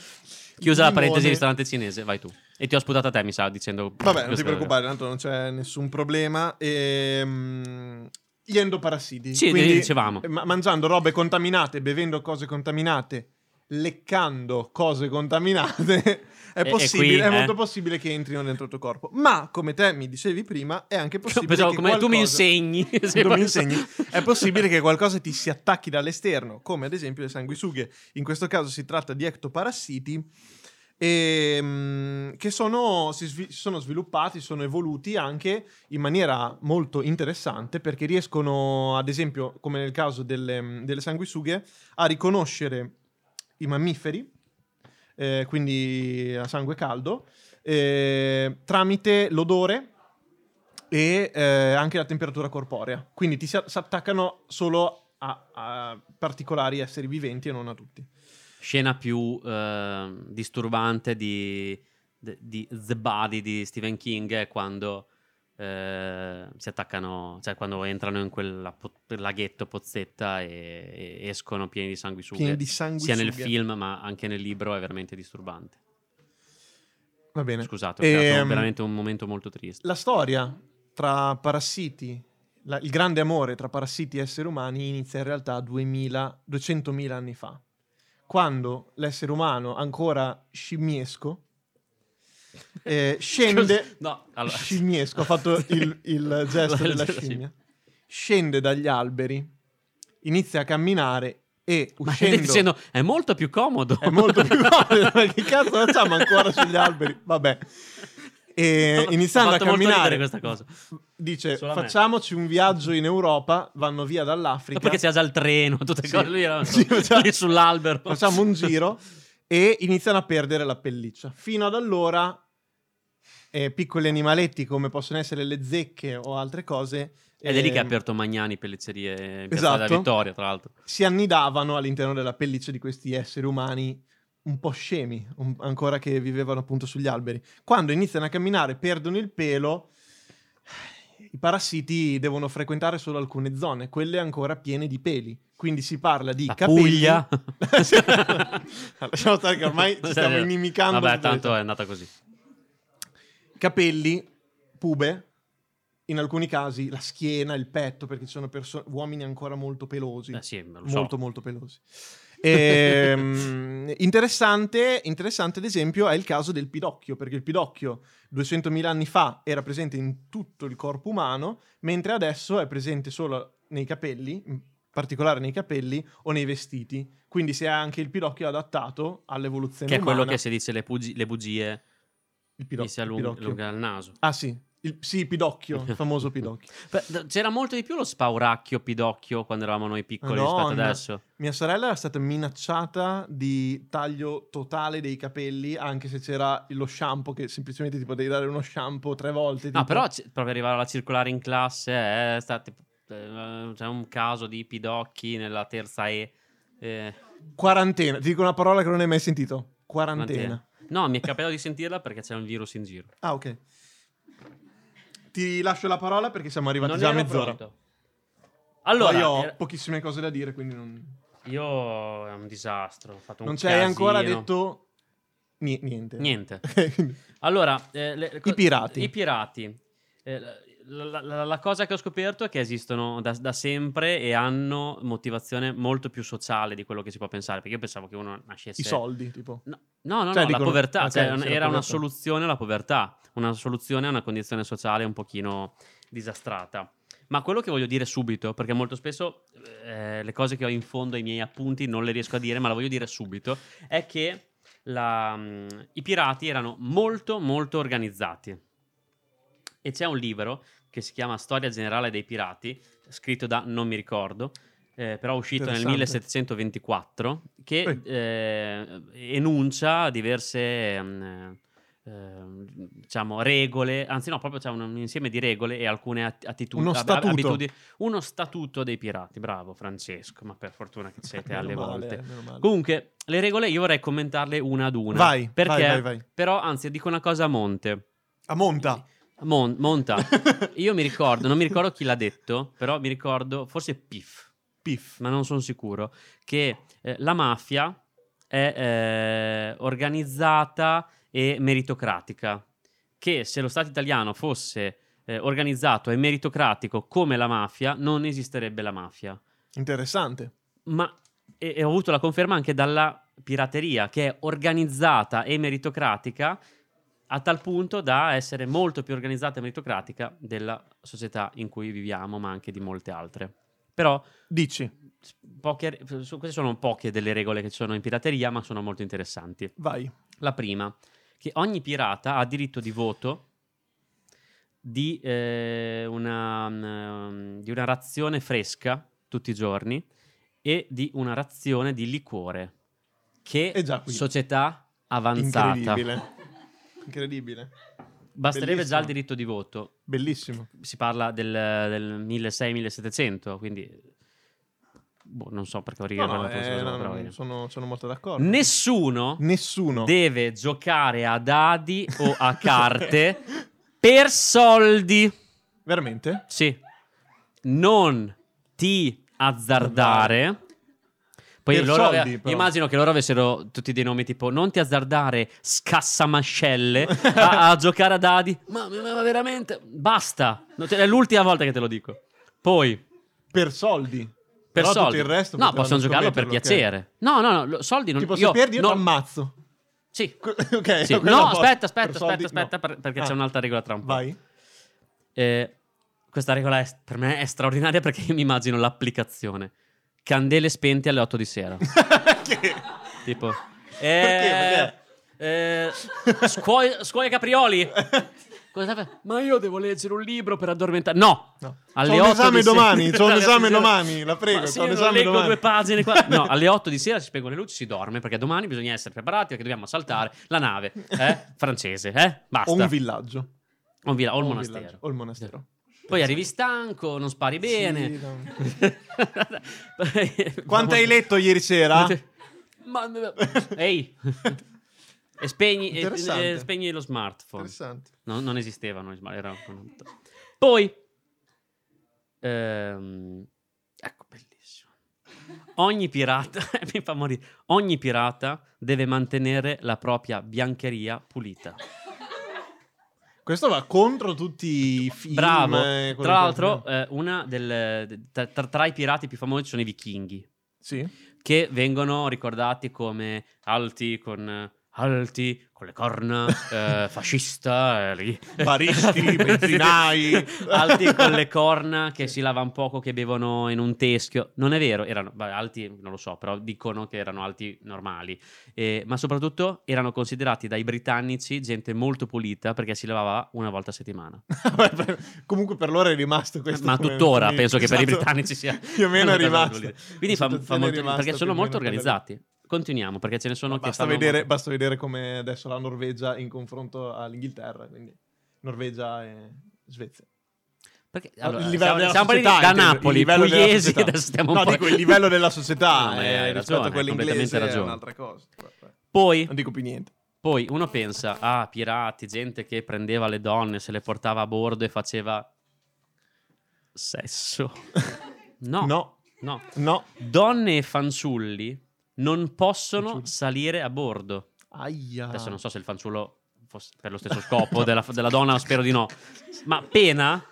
S3: Chiusa la
S4: Limone.
S3: parentesi ristorante cinese, vai tu. E ti ho sputato a te, mi sa, dicendo...
S4: Vabbè, non ti
S3: questo-
S4: preoccupare, tanto non c'è nessun problema. Ehm, gli endoparasiti.
S3: Sì,
S4: Quindi,
S3: dicevamo.
S4: ma- mangiando robe contaminate, bevendo cose contaminate, leccando cose contaminate, è,
S3: qui,
S4: possibile, è
S3: eh.
S4: molto possibile che entrino dentro il tuo corpo. Ma, come te mi dicevi prima, è anche possibile
S3: Pensavo
S4: che
S3: come tu mi
S4: qualcosa-
S3: insegni.
S4: Tu mi insegni. È possibile che qualcosa ti si attacchi dall'esterno, come ad esempio le sanguisughe. In questo caso si tratta di ectoparassiti ehm, che sono, si svi- si sono sviluppati, sono evoluti anche in maniera molto interessante perché riescono, ad esempio, come nel caso delle, delle sanguisughe, a riconoscere i mammiferi, eh, quindi a sangue caldo, eh, tramite l'odore e eh, anche la temperatura corporea. Quindi ti si a- si attaccano solo a, a particolari esseri viventi e non a tutti.
S3: Scena più eh, disturbante di, de- di The Body di Stephen King è quando eh, si attaccano, cioè quando entrano in quel laghetto, pozzetta e, e escono pieni di sanguisughe.
S4: Pieni di sangue.
S3: Sia nel film ma anche nel libro è veramente disturbante.
S4: Va bene.
S3: Scusate, ho creato
S4: Ehm,
S3: veramente un momento molto triste.
S4: La storia tra parassiti, la- il grande amore tra parassiti e esseri umani inizia in realtà 2000, 200.000 anni fa, quando l'essere umano ancora scimmiesco eh, scende...
S3: No, allora-
S4: Scimmiesco, ha fatto il, il gesto
S3: Il
S4: della
S3: gesto, sì.
S4: scimmia. Scende dagli alberi, inizia a camminare e
S3: Ma stai
S4: uscendo...
S3: dicendo è molto più comodo.
S4: È molto più comodo, ma che cazzo facciamo ancora sugli alberi? Vabbè. E
S3: No,
S4: iniziando
S3: ha
S4: a
S3: fatto molto
S4: camminare,
S3: ridere questa cosa.
S4: dice
S3: Solo a me.
S4: facciamoci un viaggio in Europa, vanno via dall'Africa,
S3: Perché c'era già il treno, tutte
S4: Sì.
S3: cose lì, era-
S4: Sì, facciamo-
S3: lì sull'albero.
S4: facciamo un giro e iniziano a perdere la pelliccia. Fino ad allora eh, piccoli animaletti come possono essere le zecche o altre cose
S3: Ed è lì che ha
S4: ehm,
S3: aperto Magnani Pellizzerie in Piazza
S4: Esatto.
S3: della Vittoria, tra l'altro.
S4: si annidavano all'interno della pelliccia di questi esseri umani un po' scemi, un- ancora che vivevano appunto sugli alberi. Quando iniziano a camminare, perdono il pelo. I parassiti devono frequentare solo alcune zone, quelle ancora piene di peli. Quindi si parla di
S3: La
S4: capelli.
S3: Puglia.
S4: Lasciamo stare che ormai ci stiamo inimicando.
S3: Vabbè,
S4: su questo.
S3: tanto è andata così.
S4: Capelli, pube, in alcuni casi la schiena, il petto, perché ci sono perso- uomini ancora molto pelosi
S3: Eh sì, lo so.
S4: molto molto pelosi. Ehm, interessante, interessante ad esempio è il caso del pidocchio, perché il pidocchio 200.000 anni fa era presente in tutto il corpo umano, mentre adesso è presente solo nei capelli, in particolare nei capelli o nei vestiti. Quindi si è anche il pidocchio adattato all'evoluzione
S3: Che è quello
S4: umana.
S3: che si dice le, pugi- le bugie
S4: il pido-
S3: mi si allung-
S4: pidocchio.
S3: allunga il naso.
S4: Ah sì, il, sì, pidocchio, il famoso pidocchio.
S3: Beh, d- C'era molto di più lo spauracchio pidocchio quando eravamo noi piccoli rispetto
S4: Madonna.
S3: adesso.
S4: Mia sorella era stata minacciata di taglio totale dei capelli, anche se c'era lo shampoo, che semplicemente ti potevi dare uno shampoo tre volte.
S3: No,
S4: tipo.
S3: però c- proprio arrivare alla circolare in classe è stato... eh, C'è un caso di pidocchi nella terza E. eh,
S4: Quarantena, ti dico una parola che non hai mai sentito. Quarantena.
S3: No, mi è capitato di sentirla perché c'era un virus in giro.
S4: Ah, ok. Ti lascio la parola perché siamo arrivati
S3: Non
S4: già a
S3: ero
S4: mezz'ora.
S3: pronto. Allora,
S4: Poi ho
S3: era-
S4: pochissime cose da dire, quindi non,
S3: Io è un disastro. Ho fatto un
S4: non ci hai ancora
S3: casino.
S4: detto ni- niente.
S3: niente.
S4: Ok, quindi-
S3: Allora, eh, le- le co-
S4: I pirati.
S3: I pirati. Eh, la, la- la- la cosa che ho scoperto è che esistono da, da sempre e hanno motivazione molto più sociale di quello che si può pensare. Perché io pensavo che uno nascesse.
S4: I soldi, tipo.
S3: No, no, no,
S4: Cioè,
S3: no, la
S4: dicono-
S3: povertà.
S4: ok,
S3: cioè,
S4: sì, la
S3: era una
S4: povertà.
S3: soluzione alla povertà, una soluzione a una condizione sociale un pochino disastrata. Ma quello che voglio dire subito, perché molto spesso eh, le cose che ho in fondo ai miei appunti non le riesco a dire, ma la voglio dire subito, è che la- mh, i pirati erano molto, molto organizzati. E c'è un libro che si chiama Storia generale dei pirati, scritto da non mi ricordo, eh, però uscito nel
S4: Interessante.
S3: 1724, che
S4: Sì.
S3: eh, enuncia diverse mm, eh, diciamo, regole, anzi no, proprio c'è un, un insieme di regole e alcune at- attitudini,
S4: Uno
S3: ab-
S4: statuto.
S3: abitudini- uno statuto dei pirati. Bravo Francesco, ma per fortuna che siete
S4: Meno
S3: alle
S4: male,
S3: volte.
S4: meno male.
S3: Comunque, le regole io vorrei commentarle una ad una.
S4: Vai,
S3: perché?
S4: vai, vai, vai.
S3: Però, anzi, dico una cosa a monte.
S4: A monta.
S3: Mon- monta. Io mi ricordo, non mi ricordo chi l'ha detto, però mi ricordo, forse Piff,
S4: Piff.
S3: ma non sono sicuro, che eh, la mafia è eh, organizzata e meritocratica. Che se lo Stato italiano fosse eh, organizzato e meritocratico come la mafia, non esisterebbe la mafia.
S4: Interessante.
S3: Ma e, e ho avuto la conferma anche dalla pirateria, che è organizzata e meritocratica a tal punto da essere molto più organizzata e meritocratica della società in cui viviamo, ma anche di molte altre. Però
S4: Dici,
S3: s- poche- su- queste sono poche delle regole che ci sono in pirateria, ma sono molto interessanti.
S4: vai.
S3: La prima, che ogni pirata ha diritto di voto di, eh, una, mm, di una razione fresca tutti i giorni e di una razione di liquore. Che
S4: È Eh già qui.
S3: società avanzata.
S4: Incredibile. Incredibile.
S3: Basterebbe già
S4: Bellissimo.
S3: il diritto di voto.
S4: Bellissimo.
S3: Si parla del, del 1600-1700, quindi... boh, non so perché ho
S4: No, no,
S3: richiamato
S4: eh,
S3: questo,
S4: no,
S3: però
S4: no,
S3: bene.
S4: sono, sono molto d'accordo.
S3: Nessuno
S4: Nessuno.
S3: deve giocare a dadi o a carte per soldi.
S4: Veramente?
S3: Sì. Non ti azzardare. Poi
S4: Per
S3: loro ave-
S4: soldi, però.
S3: immagino che loro avessero tutti dei nomi tipo non ti azzardare, scassamascelle, a, a giocare a dadi. Ma, ma- ma veramente, basta. No, te- È l'ultima volta che te lo dico. Poi,
S4: Per soldi.
S3: per
S4: Però
S3: soldi.
S4: tutto il resto
S3: no,
S4: potevano
S3: possono giocarlo per
S4: scommetterlo, ok.
S3: piacere. No, no, no, lo- soldi non...
S4: Tipo,
S3: io
S4: se perdi io
S3: non-
S4: ti ammazzo.
S3: Sì,
S4: ok.
S3: Sì.
S4: quella
S3: No,
S4: volta.
S3: aspetta,
S4: Per
S3: aspetta,
S4: soldi,
S3: aspetta, aspetta,
S4: no.
S3: per- perché c'è
S4: Ah.
S3: un'altra regola tra un po'.
S4: Vai.
S3: Eh, questa regola è- per me è straordinaria perché io mi immagino l'applicazione. Candele spente alle 8 di sera.
S4: Perché?
S3: tipo...
S4: Perché?
S3: eh, eh, scuoia, scuoia Caprioli. Cosa fa? Ma io devo leggere un libro per addormentare. No!
S4: No.
S3: Alle
S4: C'ho un
S3: 8
S4: esame
S3: di sera-
S4: domani, c'ho un
S3: Alle
S4: esame
S3: 8 di sera.
S4: domani, la prego,
S3: Ma se
S4: c'ho un
S3: io non
S4: esame
S3: leggo
S4: domani.
S3: due pagine qua. No, alle 8 di sera si spengono le luci, si dorme perché domani bisogna essere preparati perché dobbiamo saltare la nave, eh? Francese, eh? Basta.
S4: O un villaggio.
S3: O un villa- o il
S4: un
S3: monastero.
S4: villaggio, O il monastero.
S3: Poi arrivi stanco, non spari
S4: Sì,
S3: bene.
S4: no.
S3: Quanto
S4: Quanto hai letto ieri sera?
S3: Ma... Ehi. E spegni, e-
S4: Interessante.
S3: e spegni Eh, lo smartphone.
S4: Interessante.
S3: No, non esistevano gli smartphone. era- Poi... ehm, ecco, bellissimo. Ogni pirata, mi fa morire, ogni pirata deve mantenere la propria biancheria pulita.
S4: Questo va contro tutti i film.
S3: Bravo.
S4: eh,
S3: Tra
S4: quello che-
S3: l'altro, eh, una del- de- tra, tra- tra i pirati più famosi sono i vichinghi,
S4: Sì.
S3: che vengono ricordati come alti con eh, alti con le corna, eh, fascista, eh, lì.
S4: Baristi, benzinai.
S3: alti con le corna che si lavano poco, che bevono in un teschio. Non è vero, erano vabbè, alti, non lo so, però dicono che erano alti normali. Eh, ma soprattutto erano considerati dai britannici gente molto pulita perché si lavava una volta a settimana.
S4: Comunque per loro è rimasto questo.
S3: Ma
S4: come-
S3: tuttora
S4: come-
S3: penso che per i
S4: esatto.
S3: britannici sia
S4: Più o meno è
S3: una cosa
S4: rimasto.
S3: del genere. Quindi fa,
S4: La
S3: fa
S4: situazione è
S3: molto
S4: rimasta
S3: perché sono
S4: più o
S3: molto
S4: meno quella lì.
S3: organizzati. Continuiamo perché ce ne sono che
S4: Basta
S3: fanno
S4: vedere,
S3: molto-
S4: basta vedere come adesso la Norvegia in confronto all'Inghilterra, quindi Norvegia e Svezia.
S3: perché,
S4: Il
S3: allora,
S4: livello
S3: siamo,
S4: della
S3: siamo partiti
S4: società,
S3: da
S4: intendo, il
S3: Napoli,
S4: livello della
S3: pugliesi,
S4: società.
S3: adesso stiamo
S4: No,
S3: un po'-
S4: dico il livello della società
S3: No, ma
S4: eh,
S3: hai
S4: rispetto
S3: ragione,
S4: a quella
S3: hai completamente
S4: inglese è
S3: ragione.
S4: un'altra cosa.
S3: Poi,
S4: Non dico più niente.
S3: poi uno pensa, ah, pirati, gente che prendeva le donne, se le portava a bordo e faceva sesso. No, no.
S4: No, no.
S3: Donne e fanciulli non possono
S4: Fanciulli.
S3: salire a bordo.
S4: Aia.
S3: Adesso non so se il fanciullo fosse per lo stesso scopo della, della donna, spero di no. Ma pena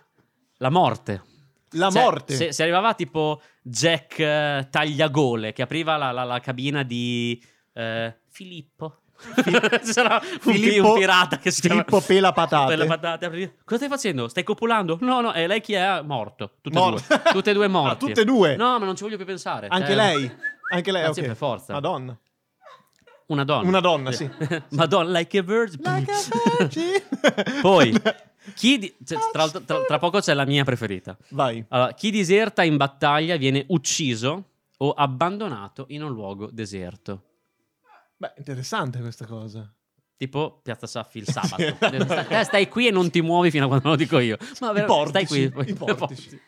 S3: la morte.
S4: La
S3: Cioè,
S4: morte.
S3: Se, se arrivava tipo Jack eh, Tagliagole che apriva la, la- la cabina di eh, Filippo. C'era un, pi-
S4: Filippo-
S3: un pirata che si chiama
S4: Filippo Pela Patate.
S3: Pela Patate. Cosa stai facendo? Stai copulando? No, no, e lei chi è? Ah, Morto. Tutte e
S4: Morte.
S3: due. Tutte e due
S4: Ah,
S3: morti.
S4: tutte e due.
S3: No, ma non ci voglio più pensare.
S4: Anche
S3: Eh,
S4: lei. Anche lei,
S3: Anzi,
S4: ok.
S3: per forza.
S4: Madonna.
S3: Una donna.
S4: Una donna, sì.
S3: Madonna, like a virgin.
S4: Like a virgin.
S3: Poi Chi di- cioè, tra, l'altro- tra- tra poco c'è la mia preferita.
S4: Vai.
S3: Allora, chi diserta in battaglia viene ucciso o abbandonato in un luogo deserto.
S4: Beh, interessante questa cosa.
S3: Tipo Piazza Saffi il sabato. Stai- stai qui e non ti muovi fino a quando lo dico io. Ma
S4: I
S3: veramente, stai
S4: portici.
S3: qui.
S4: I portici.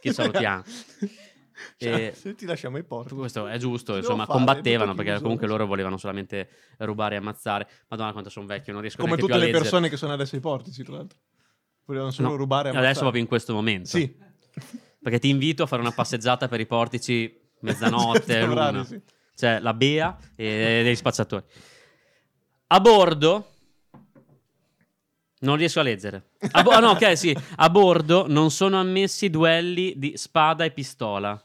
S3: Chi salutiamo.
S4: Cioè,
S3: E-
S4: Se ti lasciamo i portici.
S3: Eh, Questo è giusto,
S4: Cosa
S3: insomma,
S4: devo fare?
S3: combattevano
S4: Tutto
S3: perché
S4: chiuso.
S3: comunque loro volevano solamente rubare e ammazzare. Madonna, quanto sono vecchio, non riesco
S4: Come
S3: neanche
S4: tutte le
S3: più a leggere.
S4: persone che sono adesso i portici, tra l'altro. Volevano solo
S3: No,
S4: rubare. e
S3: Adesso
S4: ammazzare.
S3: proprio in questo momento.
S4: Sì.
S3: Perché ti invito a fare una passeggiata per i portici mezzanotte,
S4: Certo,
S3: l'una.
S4: orari, sì.
S3: Cioè, la Bea e dei spacciatori. A bordo... Non riesco a leggere. A bo- ah, no, ok, sì. A bordo non sono ammessi duelli di spada e pistola.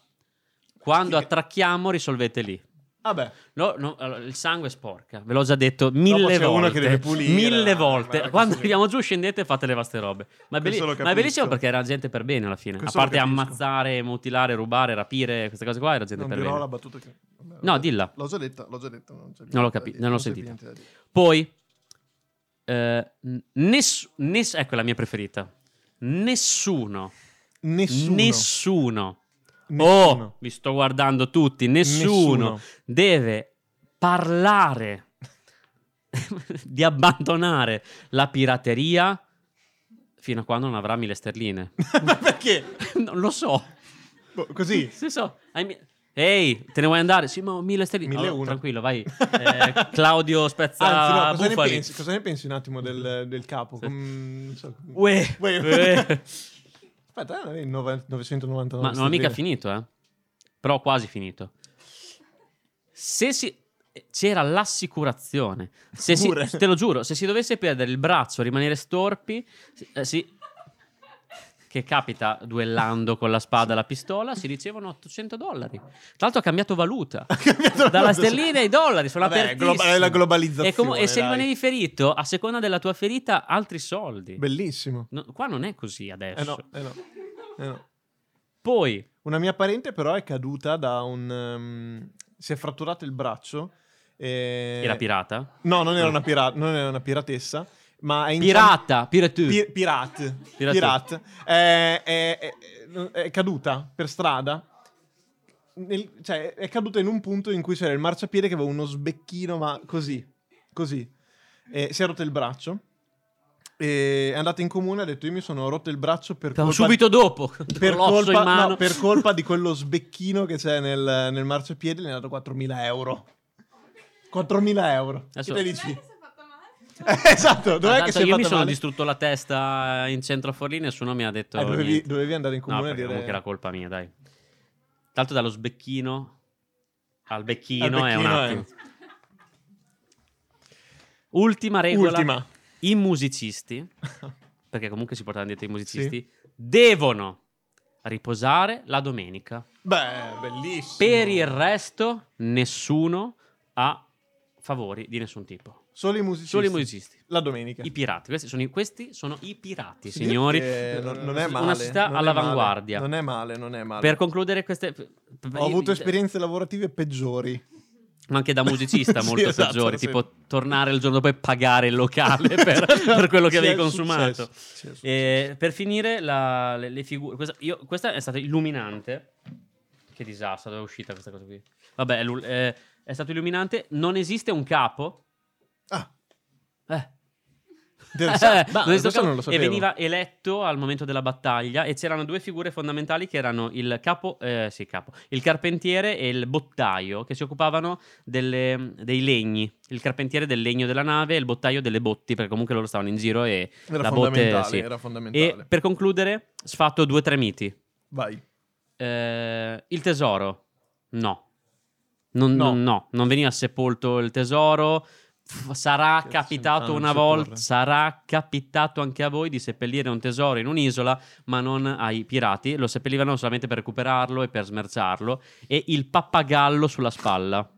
S3: Quando
S4: Sì.
S3: attracchiamo, risolvete lì.
S4: Vabbè,
S3: No, no, allora, il sangue è sporca, ve l'ho già detto mille volte.
S4: c'è uno che deve pulire.
S3: Mille
S4: Ah,
S3: volte.
S4: guarda,
S3: Quando
S4: questo sì.
S3: andiamo giù, scendete e fate le vostre robe. Ma è, belli-
S4: Questo lo
S3: ma è bellissimo
S4: capisco.
S3: perché era gente per bene alla fine.
S4: Questo
S3: a
S4: lo
S3: parte
S4: capisco.
S3: ammazzare, mutilare, rubare, rapire, queste cose qua, era gente
S4: non
S3: per
S4: dirò
S3: bene.
S4: la battuta che...
S3: No, dilla.
S5: L'ho già detta, l'ho già detta. Non, c'è
S3: Non l'ho
S5: niente da
S3: capito,
S5: dire,
S3: non l'ho
S5: c'è
S3: sentita.
S5: niente da dire.
S3: Poi, eh, n- ness- ness- ecco è la mia preferita. Nessuno,
S4: Nessuno.
S3: nessuno.
S4: Nessuno.
S3: Oh, vi sto guardando tutti. Nessuno,
S4: Nessuno.
S3: deve parlare di abbandonare la pirateria fino a quando non avrà mille sterline.
S4: Ma perché?
S3: non lo so.
S4: Boh, così.
S3: Sì, so. Hai mi- Ehi, te ne vuoi andare? Sì, ma ho mille sterline.
S4: Mille e
S3: Oh,
S4: uno.
S3: tranquillo, vai. Eh, Claudio Spezza
S4: Anzi, no, cosa ne,
S3: Bufali.
S4: pensi, cosa ne pensi un attimo del, del capo? Com- non so.
S3: Uè,
S4: Uè.
S3: uè.
S4: Aspetta, non è il nove- 999.
S3: Ma non ho mica
S4: sterline.
S3: finito, eh. Però quasi finito. Se si... C'era l'assicurazione. Se si-
S4: Pure.
S3: te lo giuro, se si dovesse perdere il braccio, rimanere storpi, si- eh, si- che capita duellando con la spada e la pistola, si ricevono 800 dollari. Tra l'altro ha cambiato valuta.
S4: Cambiato
S3: Dalla
S4: valuta, sì.
S3: sterlina ai dollari, sono
S4: Vabbè,
S3: apertissimi.
S4: è globa- è la globalizzazione,
S3: E, e se
S4: dai.
S3: rimanevi ferito, a seconda della tua ferita, altri soldi.
S4: Bellissimo.
S3: No, qua non è così adesso.
S4: Eh no, eh no. Eh no.
S3: Poi,
S4: Una mia parente però è caduta da un... ehm, si è fratturato il braccio. E...
S3: era pirata?
S4: No, non era una, pira- non era una piratessa, ma è in
S3: Pirata, piratù.
S4: Pi- pirate.
S3: Pirate.
S4: Pirate. Eh, È, è- è caduta per strada. Nel- cioè, è caduta in un punto in cui c'era il marciapiede che aveva uno sbecchino, ma così. Così. E si è rotto il braccio. E è andata in comune e ha detto: Io mi sono rotto il braccio per colpa
S3: subito dopo.
S4: per
S3: Con l'osso in
S4: colpa,
S3: mano.
S4: no, per colpa di quello sbecchino che c'è nel, nel marciapiede, gli hanno dato 4.000 euro. 4.000 euro.
S3: Adesso-
S4: Che te dici? Eh, esatto, dov'è
S3: Ah,
S4: che
S3: cioè,
S4: sei
S3: io mi
S4: fatta
S3: sono
S4: male?
S3: distrutto la testa in centro a Forlì, nessuno mi ha detto
S4: Eh, dovevi,
S3: niente.
S4: dovevi andare in
S3: No,
S4: comune
S3: perché
S4: a dire...
S3: comunque era colpa mia, dai. Tanto dallo sbecchino al becchino,
S4: Al
S3: è un
S4: becchino,
S3: attimo. Ultima regola.
S4: Ultima.
S3: I musicisti, perché comunque si portavano dietro i musicisti, devono riposare la domenica.
S4: Beh, bellissimo.
S3: Per il resto, nessuno ha favori di nessun tipo.
S4: Solo i musicisti.
S3: Solo i musicisti.
S4: La domenica.
S3: I pirati, questi sono i, questi sono i pirati,
S4: Sì,
S3: signori.
S4: eh, non, non è male.
S3: Una città
S4: non è
S3: all'avanguardia.
S4: male, Non è male, non è male.
S3: Per eh. concludere queste...
S4: Ho avuto esperienze lavorative peggiori.
S3: Ma anche da musicista
S4: Sì,
S3: molto
S4: esatto,
S3: peggiori,
S4: sì. Esatto.
S3: tipo tornare il giorno dopo e pagare il locale per, per quello che
S4: Sì,
S3: avevi
S4: è
S3: consumato.
S4: successo, sì, è successo.
S3: Eh, per finire, la- le, le figure... Questa, io- questa è stata illuminante. Che disastro, dove è uscita questa cosa qui? Vabbè, è, l'ul- eh, è stato illuminante. Non esiste un capo.
S4: Ah,
S3: Eh.
S4: interessante.
S3: Eh,
S4: Ma
S3: questo
S4: questo
S3: capo-
S4: non lo
S3: e
S4: sapevo.
S3: veniva eletto al momento della battaglia e c'erano due figure fondamentali che erano il capo, eh, sì, capo, il carpentiere e il bottaio che si occupavano delle- dei legni, il carpentiere del legno della nave e il bottaio delle botti perché comunque loro stavano in giro e
S4: Era
S3: la
S4: fondamentale,
S3: botte sì.
S4: era fondamentale.
S3: E per concludere sfatto due o tre miti.
S4: Vai.
S3: Eh, il tesoro? No. Non,
S4: No.
S3: non- no, non veniva sepolto il tesoro. F- Sarà
S4: Che
S3: capitato
S4: senza
S3: una
S4: non
S3: volta,
S4: sepolre.
S3: sarà capitato anche a voi di seppellire un tesoro in un'isola, ma non ai pirati. Lo seppellivano solamente per recuperarlo e per smerciarlo. E il pappagallo sulla spalla.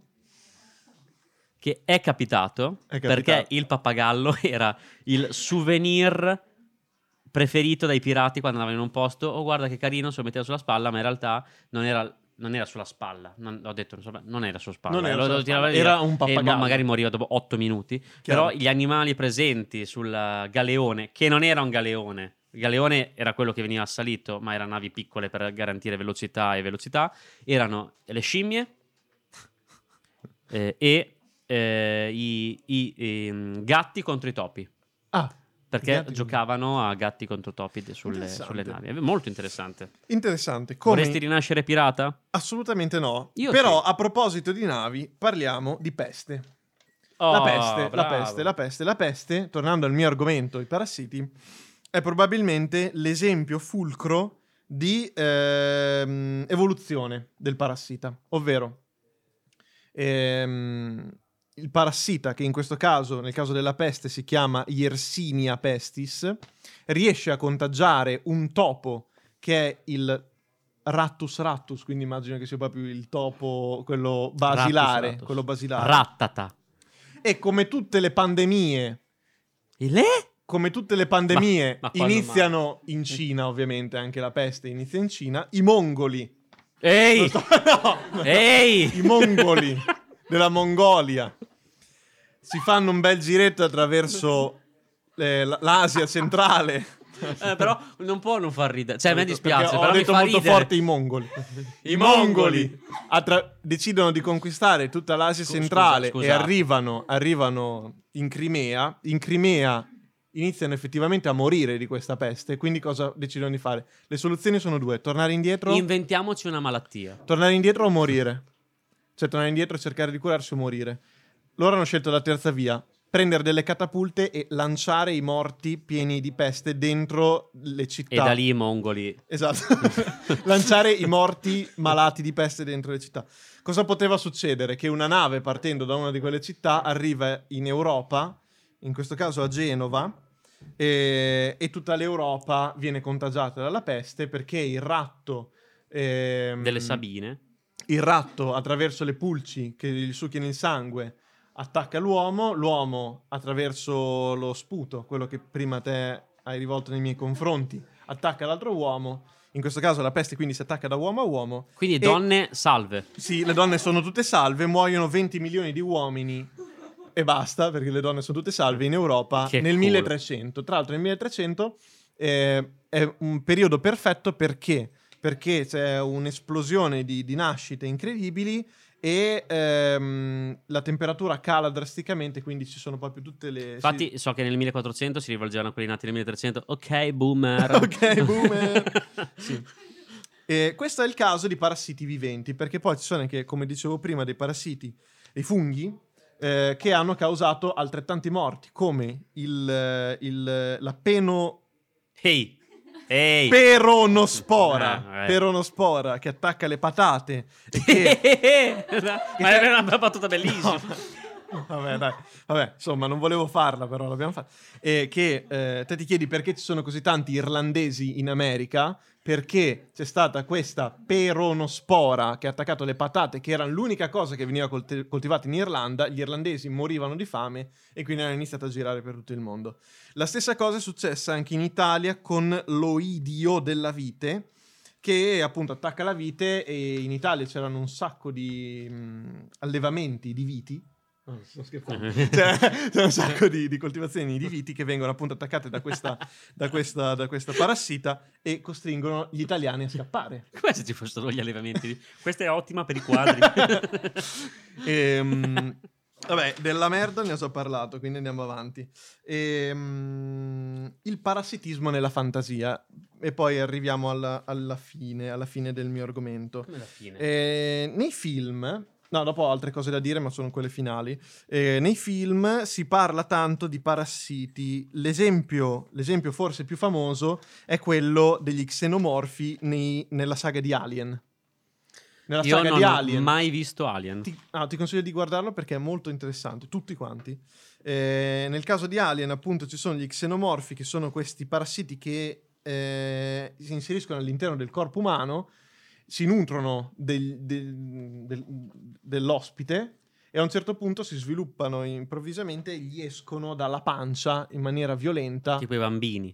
S3: Che è capitato,
S4: È capitato.
S3: perché il pappagallo era il souvenir preferito dai pirati quando andavano in un posto. Oh, guarda che carino, se lo metteva sulla spalla, ma in realtà non era non era sulla spalla, non, ho detto non, so- non era sulla spalla,
S4: Non era
S3: lo-
S4: sulla
S3: lo tirava
S4: spalla,
S3: via
S4: era un
S3: e ma-
S4: pappagallo.
S3: magari moriva dopo 8 minuti,
S4: Chiaro.
S3: però gli animali presenti sul eh, galeone, che non era un galeone, il galeone era quello che veniva assalito, ma erano navi piccole per garantire velocità e velocità, erano le scimmie eh, e eh, i, i- ehm, gatti contro i topi.
S4: Ah,
S3: Perché
S4: Gatti contro-
S3: giocavano a gatti contro topi de- sulle,
S4: Interessante.
S3: sulle navi. È Molto interessante.
S4: interessante. Come-
S3: Vorresti rinascere pirata?
S4: Assolutamente no.
S3: Io
S4: Però
S3: sì.
S4: a proposito di navi, parliamo di peste. la
S3: Oh,
S4: peste, la
S3: bravo.
S4: peste, la peste, la peste, tornando al mio argomento, i parassiti, è probabilmente l'esempio fulcro di ehm, evoluzione del parassita, ovvero ehm, il parassita che in questo caso, nel caso della peste, si chiama Yersinia pestis, riesce a contagiare un topo che è il Rattus rattus, quindi immagino che sia proprio il topo, quello basilare,
S3: Rattus, rattus.
S4: quello basilare.
S3: Rattata.
S4: E come tutte le pandemie,
S3: E le?
S4: come tutte le pandemie
S3: Ma- ma quando
S4: iniziano in Cina, ovviamente, anche la peste inizia in Cina, i mongoli.
S3: Ehi!
S4: Non so- no, no.
S3: Ehi!
S4: I mongoli della Mongolia si fanno un bel giretto attraverso eh, l- l'Asia centrale.
S3: Eh, però non può non far ridere. Cioè, a me
S4: Perché
S3: dispiace,
S4: ho
S3: però mi
S4: detto
S3: fa
S4: molto
S3: ridere.
S4: forte i mongoli.
S3: I mongoli!
S4: Attra- decidono di conquistare tutta l'Asia
S3: Scusa,
S4: centrale
S3: scusa.
S4: e arrivano, arrivano in Crimea. In Crimea iniziano effettivamente a morire di questa peste. Quindi cosa decidono di fare? Le soluzioni sono due: tornare indietro,
S3: Inventiamoci una malattia.
S4: tornare indietro o morire. Cioè tornare indietro e cercare di curarsi o morire. Loro hanno scelto la terza via. Prendere delle catapulte e lanciare i morti pieni di peste dentro le città.
S3: E da lì i mongoli.
S4: Esatto. Lanciare i morti malati di peste dentro le città. Cosa poteva succedere? Che una nave partendo da una di quelle città arriva in Europa, in questo caso a Genova, e, e tutta l'Europa viene contagiata dalla peste perché il ratto... ehm,
S3: Delle Sabine.
S4: il ratto attraverso le pulci che gli succhiano il sangue attacca l'uomo, l'uomo attraverso lo sputo, quello che prima te hai rivolto nei miei confronti, attacca l'altro uomo, in questo caso la peste quindi si attacca da uomo a uomo.
S3: Quindi
S4: E- Eh,
S3: donne, salve.
S4: Sì, le donne sono tutte salve, muoiono 20 milioni di uomini e basta, perché le donne sono tutte salve in Europa
S3: Che
S4: nel
S3: culo.
S4: 1300. Tra l'altro nel 1300 eh, è un periodo perfetto perché? Perché c'è un'esplosione di, di nascite incredibili e ehm, la temperatura cala drasticamente, quindi ci sono proprio tutte le...
S3: Infatti, so che nel 1400 si rivolgevano a quelli nati nel 1300. Ok, boomer.
S4: Ok, boomer. Sì. E questo è il caso di parassiti viventi, perché poi ci sono anche, come dicevo prima, dei parassiti, dei funghi, eh, che hanno causato altrettanti morti, come il, eh, il, la peno,
S3: Ehi! Ehi!
S4: peronospora,
S3: Ah, eh.
S4: peronospora, che attacca le patate. e che-
S3: Ma era una battuta bellissima.
S4: No. Vabbè, dai. Vabbè, insomma, non volevo farla, però l'abbiamo fatta. Eh, che eh, te ti chiedi perché ci sono così tanti irlandesi in America? Perché c'è stata questa peronospora che ha attaccato le patate, che era l'unica cosa che veniva colte- coltivata in Irlanda. Gli irlandesi morivano di fame e quindi hanno iniziato a girare per tutto il mondo. La stessa cosa è successa anche in Italia con l'oidio della vite, che appunto attacca la vite e in Italia c'erano un sacco di mh, allevamenti di viti. No, Ah, sto scherzando. Cioè, c'è un sacco di, di coltivazioni di viti che vengono appunto attaccate da questa, da questa- da questa parassita e costringono gli italiani a scappare.
S3: Come se ci fossero gli allevamenti. di- Questa è ottima per i quadri.
S4: Ehm, vabbè, della merda ne ho già parlato, quindi andiamo avanti. Ehm, il parassitismo nella fantasia. E poi arriviamo alla, alla fine, alla fine del mio argomento.
S3: Come alla fine.
S4: Eh, nei film, no, dopo ho altre cose da dire, ma sono quelle finali. Eh, nei film si parla tanto di parassiti. L'esempio, l'esempio forse più famoso è quello degli xenomorfi nei- nella saga di Alien. Nella
S3: Io
S4: saga
S3: non
S4: di
S3: ho
S4: Alien.
S3: mai visto Alien.
S4: Ti, ah, ti consiglio di guardarlo perché è molto interessante, tutti quanti. Eh, nel caso di Alien, appunto, ci sono gli xenomorfi, che sono questi parassiti che eh, si inseriscono all'interno del corpo umano, si nutrono del- del- del- dell'ospite e a un certo punto si sviluppano improvvisamente e gli escono dalla pancia in maniera violenta.
S3: Tipo i bambini.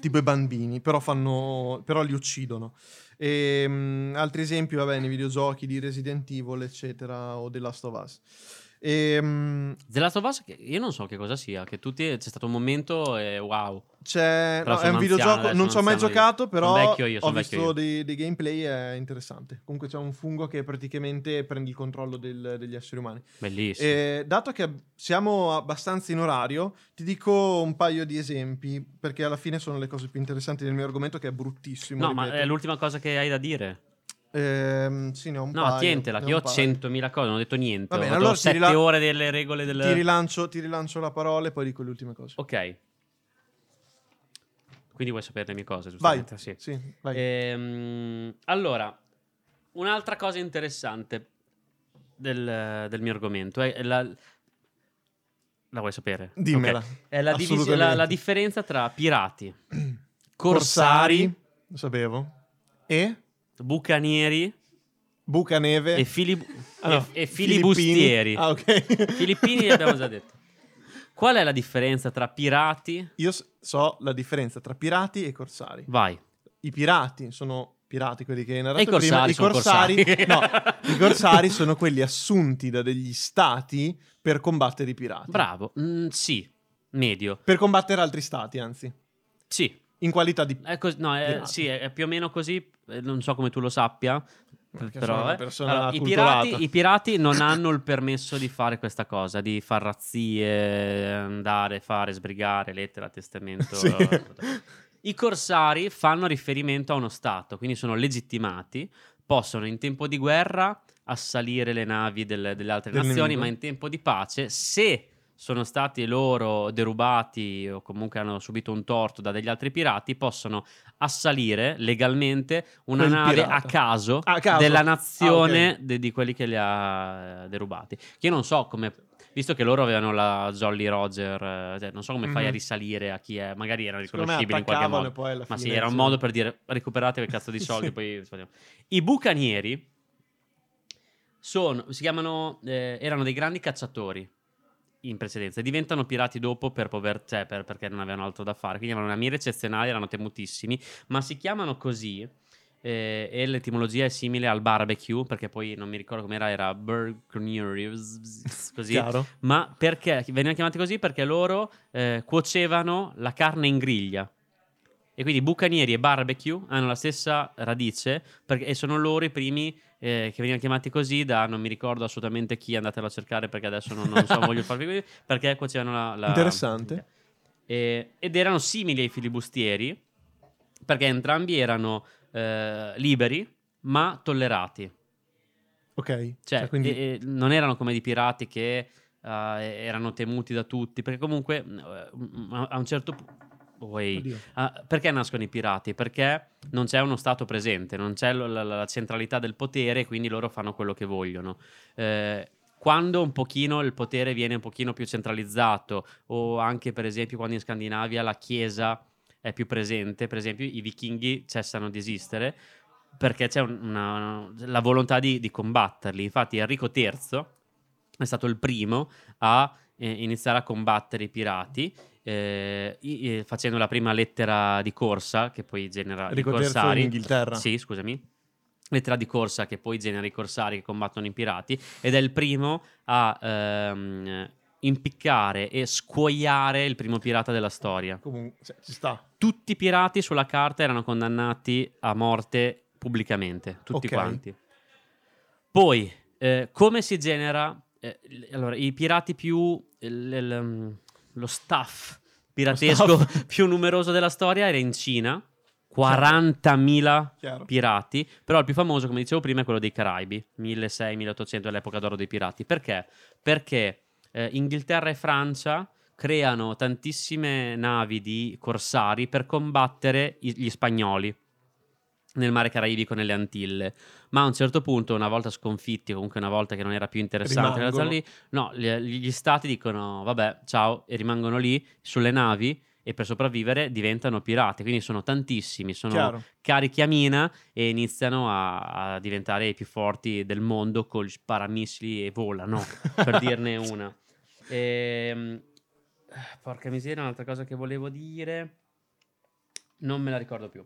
S4: tipo i bambini, però, fanno, però li uccidono. E, mm, altri esempi, vabbè, nei videogiochi di Resident Evil, eccetera, o The Last of Us. E, mm,
S3: The Last of Us, che- io non so che cosa sia, che tutti c'è stato un momento e wow.
S4: c'è,
S3: Però
S4: no, è
S3: sono
S4: un
S3: anziano
S4: videogioco,
S3: adesso,
S4: non ci ho
S3: non
S4: mai
S3: sono io.
S4: giocato,
S3: Sono
S4: però
S3: vecchio io,
S4: ho
S3: sono vecchio
S4: visto
S3: io.
S4: dei, dei gameplay, è interessante. Comunque c'è un fungo che praticamente prende il controllo del- degli esseri umani.
S3: Bellissimo.
S4: Eh, dato che siamo abbastanza in orario, ti dico un paio di esempi, perché alla fine sono le cose più interessanti del mio argomento, che è bruttissimo.
S3: no, ma
S4: ripeto.
S3: è l'ultima cosa che hai da dire.
S4: Ehm, sì, ne ho un
S3: No,
S4: paio,
S3: tientela,
S4: ne
S3: che io
S4: un
S3: ho
S4: paio.
S3: 100.000 cose, non ho detto niente.
S4: Va bene,
S3: ho fatto
S4: allora ti
S3: 7
S4: rila-
S3: ore delle regole del...
S4: Ti rilancio, ti rilancio la parola e poi dico le ultime cose.
S3: ok. Quindi vuoi sapere le mie cose, giustamente?
S4: Vai,
S3: Sì. Eh,
S4: sì, vai.
S3: Ehm, allora, un'altra cosa interessante del, del mio argomento è la... La vuoi sapere?
S4: Dimmela.
S3: Ok. È la, divisi-
S4: Assolutamente.
S3: la- la differenza tra pirati,
S4: Corsari,
S3: corsari,
S4: lo sapevo, e
S3: bucanieri
S4: Bucaneve.
S3: e, fili-
S4: Ah, no,
S3: e- e
S4: filippini.
S3: filibustieri.
S4: Ah, ok.
S3: Filippini abbiamo già detto. Qual è la differenza tra pirati?
S4: Io s- so la differenza tra pirati e corsari.
S3: Vai.
S4: I pirati sono pirati quelli che hai narrato
S3: E i corsari
S4: prima.
S3: sono corsari.
S4: no, i corsari sono quelli assunti da degli stati per combattere i pirati.
S3: Bravo. Mm, sì, medio.
S4: Per combattere altri stati, anzi.
S3: Sì,
S4: In qualità di...
S3: è cos- no, è-
S4: Pirati.
S3: sì, è- è più o meno così. eh, Non so come tu lo sappia.
S4: Perché
S3: però,
S4: sono una
S3: eh.
S4: persona
S3: Allora, i,
S4: culturata.
S3: pirati, i pirati non hanno il permesso di fare questa cosa, di far razzie, andare, fare, sbrigare, lettera, testamento.
S4: Sì.
S3: I corsari fanno riferimento a uno Stato, quindi sono legittimati, possono in tempo di guerra assalire le navi del- delle altre
S4: Del
S3: nazioni,
S4: nemico.
S3: ma in tempo di pace, se sono stati loro derubati o comunque hanno subito un torto da degli altri pirati, possono assalire legalmente una
S4: Quel
S3: nave
S4: pirata.
S3: a caso,
S4: A caso.
S3: della
S4: Ah,
S3: nazione de- di quelli che li ha eh, derubati. Che io non so come... Visto che loro avevano la Jolly Roger, eh, cioè, non so come fai
S4: Mhm.
S3: a risalire a chi è, magari era
S4: Secondo me
S3: riconoscibile in qualche
S4: attaccavano e
S3: modo.
S4: poi alla
S3: Ma sì,
S4: fine-
S3: era un modo per dire recuperate quel cazzo di soldi.
S4: Sì.
S3: poi risparmiamo. I bucanieri sono, si chiamano, eh, erano dei grandi cacciatori in precedenza e diventano pirati dopo per pover- cioè, per- perché non avevano altro da fare. Quindi avevano una mira eccezionale, erano temutissimi, ma si chiamano così. eh, e l'etimologia è simile al barbecue perché poi non mi ricordo com'era era burgnery così
S4: Chiaro?
S3: ma perché venivano chiamati così? Perché loro eh, cuocevano la carne in griglia. E quindi bucanieri e barbecue hanno la stessa radice perché- e sono loro i primi eh, che venivano chiamati così da non mi ricordo assolutamente chi, andatelo a cercare perché adesso non, non so, voglio farvi così, perché cuocevano la... la
S4: Interessante.
S3: E- ed erano simili ai filibustieri perché entrambi erano eh, liberi ma tollerati.
S4: Ok.
S3: Cioè,
S4: Cioè, quindi...
S3: e- e non erano come dei pirati che eh, erano temuti da tutti, perché comunque eh, a a un certo punto... eh,
S4: Oddio.
S3: perché nascono i pirati? Perché non c'è uno Stato presente, non c'è lo- la, la- la centralità del potere, quindi loro fanno quello che vogliono. Eh, quando un pochino il potere viene un pochino più centralizzato, o anche per esempio quando in Scandinavia la Chiesa è più presente, per esempio i vichinghi cessano di esistere perché c'è un- una- la volontà di, di combatterli. Infatti Enrico III è stato il primo a eh, iniziare a combattere i pirati eh, i- eh, facendo la prima lettera di corsa che poi genera i
S4: Enrico III
S3: corsari.
S4: in Inghilterra.
S3: Sì, scusami. Lettera di corsa che poi genera i corsari che combattono i pirati ed è il primo a ehm, impiccare e scuoiare il primo pirata della storia
S4: Comunque, cioè, ci sta.
S3: tutti i pirati sulla carta erano condannati a morte pubblicamente, tutti
S4: Ok.
S3: quanti. Poi, eh, come si genera... eh, l- allora, i pirati più... il- il- mm, lo staff piratesco
S4: Lo Certo.
S3: più numeroso della storia era in Cina, 40.000
S4: Chiaro.
S3: pirati, però il più famoso, come dicevo prima, è quello dei Caraibi, 1600-1800 è l'epoca d'oro dei pirati. Perché? Perché eh, Inghilterra e Francia creano tantissime navi di corsari per combattere i- gli spagnoli nel mare caraibico, nelle Antille. Ma a un certo punto, una volta sconfitti, o comunque una volta che non era più interessante, quella zona
S4: Rimangono.
S3: lì, no, gli, gli stati dicono vabbè, ciao, e rimangono lì sulle navi e per sopravvivere diventano pirati. Quindi sono tantissimi, sono
S4: Chiaro.
S3: carichi a mina e iniziano a, a diventare i più forti del mondo con gli sparamissili e volano, per dirne una. Ehm, porca miseria, un'altra cosa che volevo dire. Non me la ricordo più.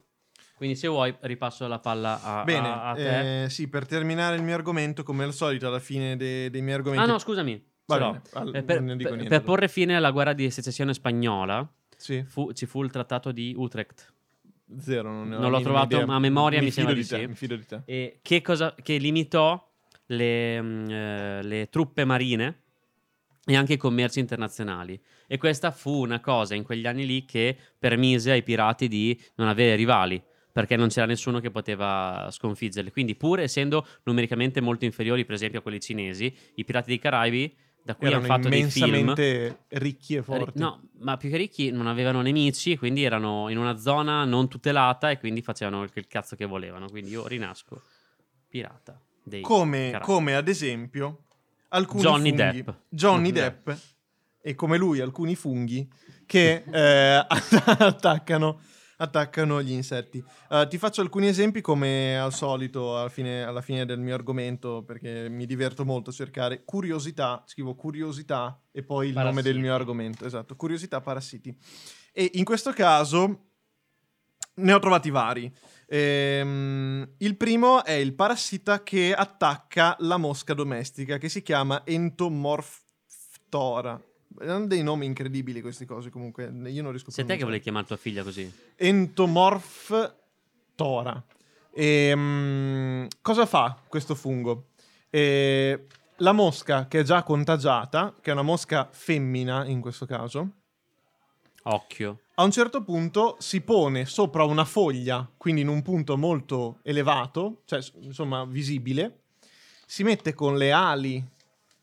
S3: Quindi se vuoi ripasso la palla a,
S4: Bene,
S3: a- a te.
S4: eh, sì, per terminare il mio argomento, come al solito, alla fine de- dei miei argomenti.
S3: ah no, scusami. ce
S4: Vabbè,
S3: l'ho.
S4: al-
S3: Eh, per,
S4: non ne dico
S3: per-
S4: niente,
S3: per
S4: allora.
S3: porre fine alla guerra di secessione spagnola
S4: Sì,
S3: fu- ci fu il trattato di Utrecht.
S4: zero. Non, ne ho
S3: Non l'ho
S4: la minima
S3: trovato,
S4: idea.
S3: ma a memoria mi
S4: fido
S3: sembra
S4: di
S3: di
S4: te,
S3: sì.
S4: Mi fido di te.
S3: E che, cosa, che limitò le, mh, eh, le truppe marine e anche i commerci internazionali. E questa fu una cosa in quegli anni lì che permise ai pirati di non avere rivali, perché non c'era nessuno che poteva sconfiggerli. Quindi, pur essendo numericamente molto inferiori, per esempio, a quelli cinesi, i pirati dei Caraibi, da cui hanno
S4: Erano
S3: fatto dei film.
S4: immensamente ricchi e forti.
S3: No, ma più che ricchi non avevano nemici, quindi erano in una zona non tutelata e quindi facevano il- il cazzo che volevano. Quindi io rinasco pirata. Dei
S4: come,
S3: Caraibi.
S4: come ad esempio alcuni
S3: Johnny
S4: funghi,
S3: Depp.
S4: Johnny
S3: Johnny
S4: Depp e come lui alcuni funghi che eh, attaccano, attaccano gli insetti. Eh, ti faccio alcuni esempi come al solito alla fine, alla fine del mio argomento perché mi diverto molto a cercare curiosità, scrivo curiosità e poi il nome
S3: Parassiti.
S4: del mio argomento, esatto, curiosità parassiti. E in questo caso ne ho trovati vari. Ehm, il primo è il parassita che attacca la mosca domestica che si chiama Entomorphtora. Hanno dei nomi incredibili queste cose comunque, io non riesco più
S3: Sei
S4: a
S3: te che
S4: pronunciare.
S3: volevi chiamare tua figlia così?
S4: Entomorphtora. Ehm, cosa fa questo fungo? Eh, la mosca che è già contagiata, che è una mosca femmina in questo caso,
S3: Occhio.
S4: a un certo punto si pone sopra una foglia, quindi in un punto molto elevato, cioè s- insomma visibile, si mette con le ali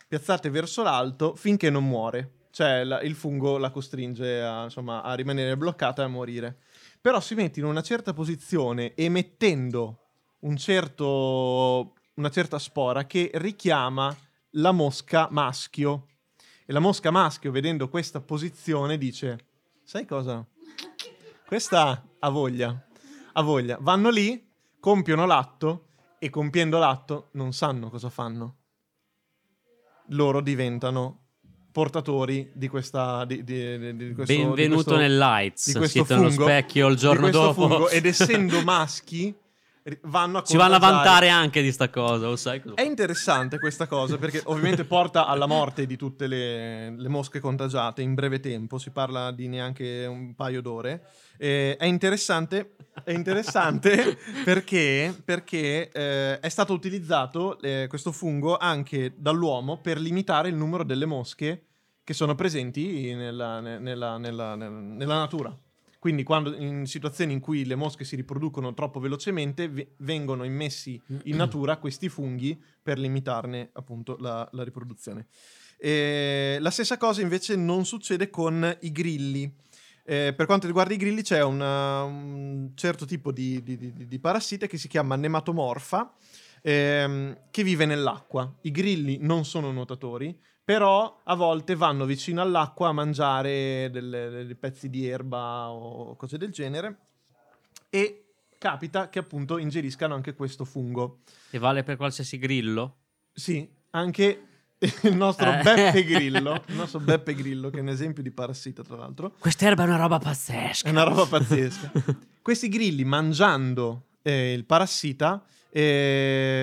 S4: piazzate verso l'alto finché non muore, cioè la- il fungo la costringe a, insomma, a rimanere bloccata e a morire. Però si mette in una certa posizione emettendo un certo- una certa spora che richiama la mosca maschio. E la mosca maschio, vedendo questa posizione, dice... Sai cosa? Questa ha voglia. Ha voglia. Vanno lì, compiono l'atto e compiendo l'atto non sanno cosa fanno. Loro diventano portatori di questa... Di, di- di- di questo, di
S3: Benvenuto
S4: questo-
S3: nel
S4: di
S3: Lights.
S4: questo
S3: Siete allo
S4: fungo-
S3: specchio il
S4: di
S3: giorno
S4: questo
S3: dopo.
S4: fungo. Ed essendo maschi, ri- vanno a
S3: Ci vanno a
S4: contagiare.
S3: vantare anche di sta cosa, lo sai? cosa-
S4: È interessante questa cosa perché ovviamente porta alla morte di tutte le, le mosche contagiate in breve tempo, si parla di neanche un paio d'ore. Eh, è interessante, è interessante perché, perché, eh, è stato utilizzato eh, questo fungo anche dall'uomo per limitare il numero delle mosche che sono presenti nella, ne- nella- nella- nel- nella natura. Quindi quando, in situazioni in cui le mosche si riproducono troppo velocemente ve- vengono immessi in natura questi funghi per limitarne appunto la, la riproduzione. E la stessa cosa invece non succede con i grilli. Eh, per quanto riguarda i grilli c'è una- un certo tipo di, di- di- di parassita che si chiama nematomorfa ehm, che vive nell'acqua. I grilli non sono nuotatori, però a volte vanno vicino all'acqua a mangiare delle- dei pezzi di erba o cose del genere e capita che appunto ingeriscano anche questo fungo.
S3: E vale per qualsiasi grillo?
S4: Sì, anche il nostro
S3: Eh.
S4: Beppe Grillo, il nostro Beppe Grillo che è un esempio di parassita tra l'altro,
S3: Quest'erba è una roba pazzesca.
S4: è una roba pazzesca. Questi grilli mangiando eh, il parassita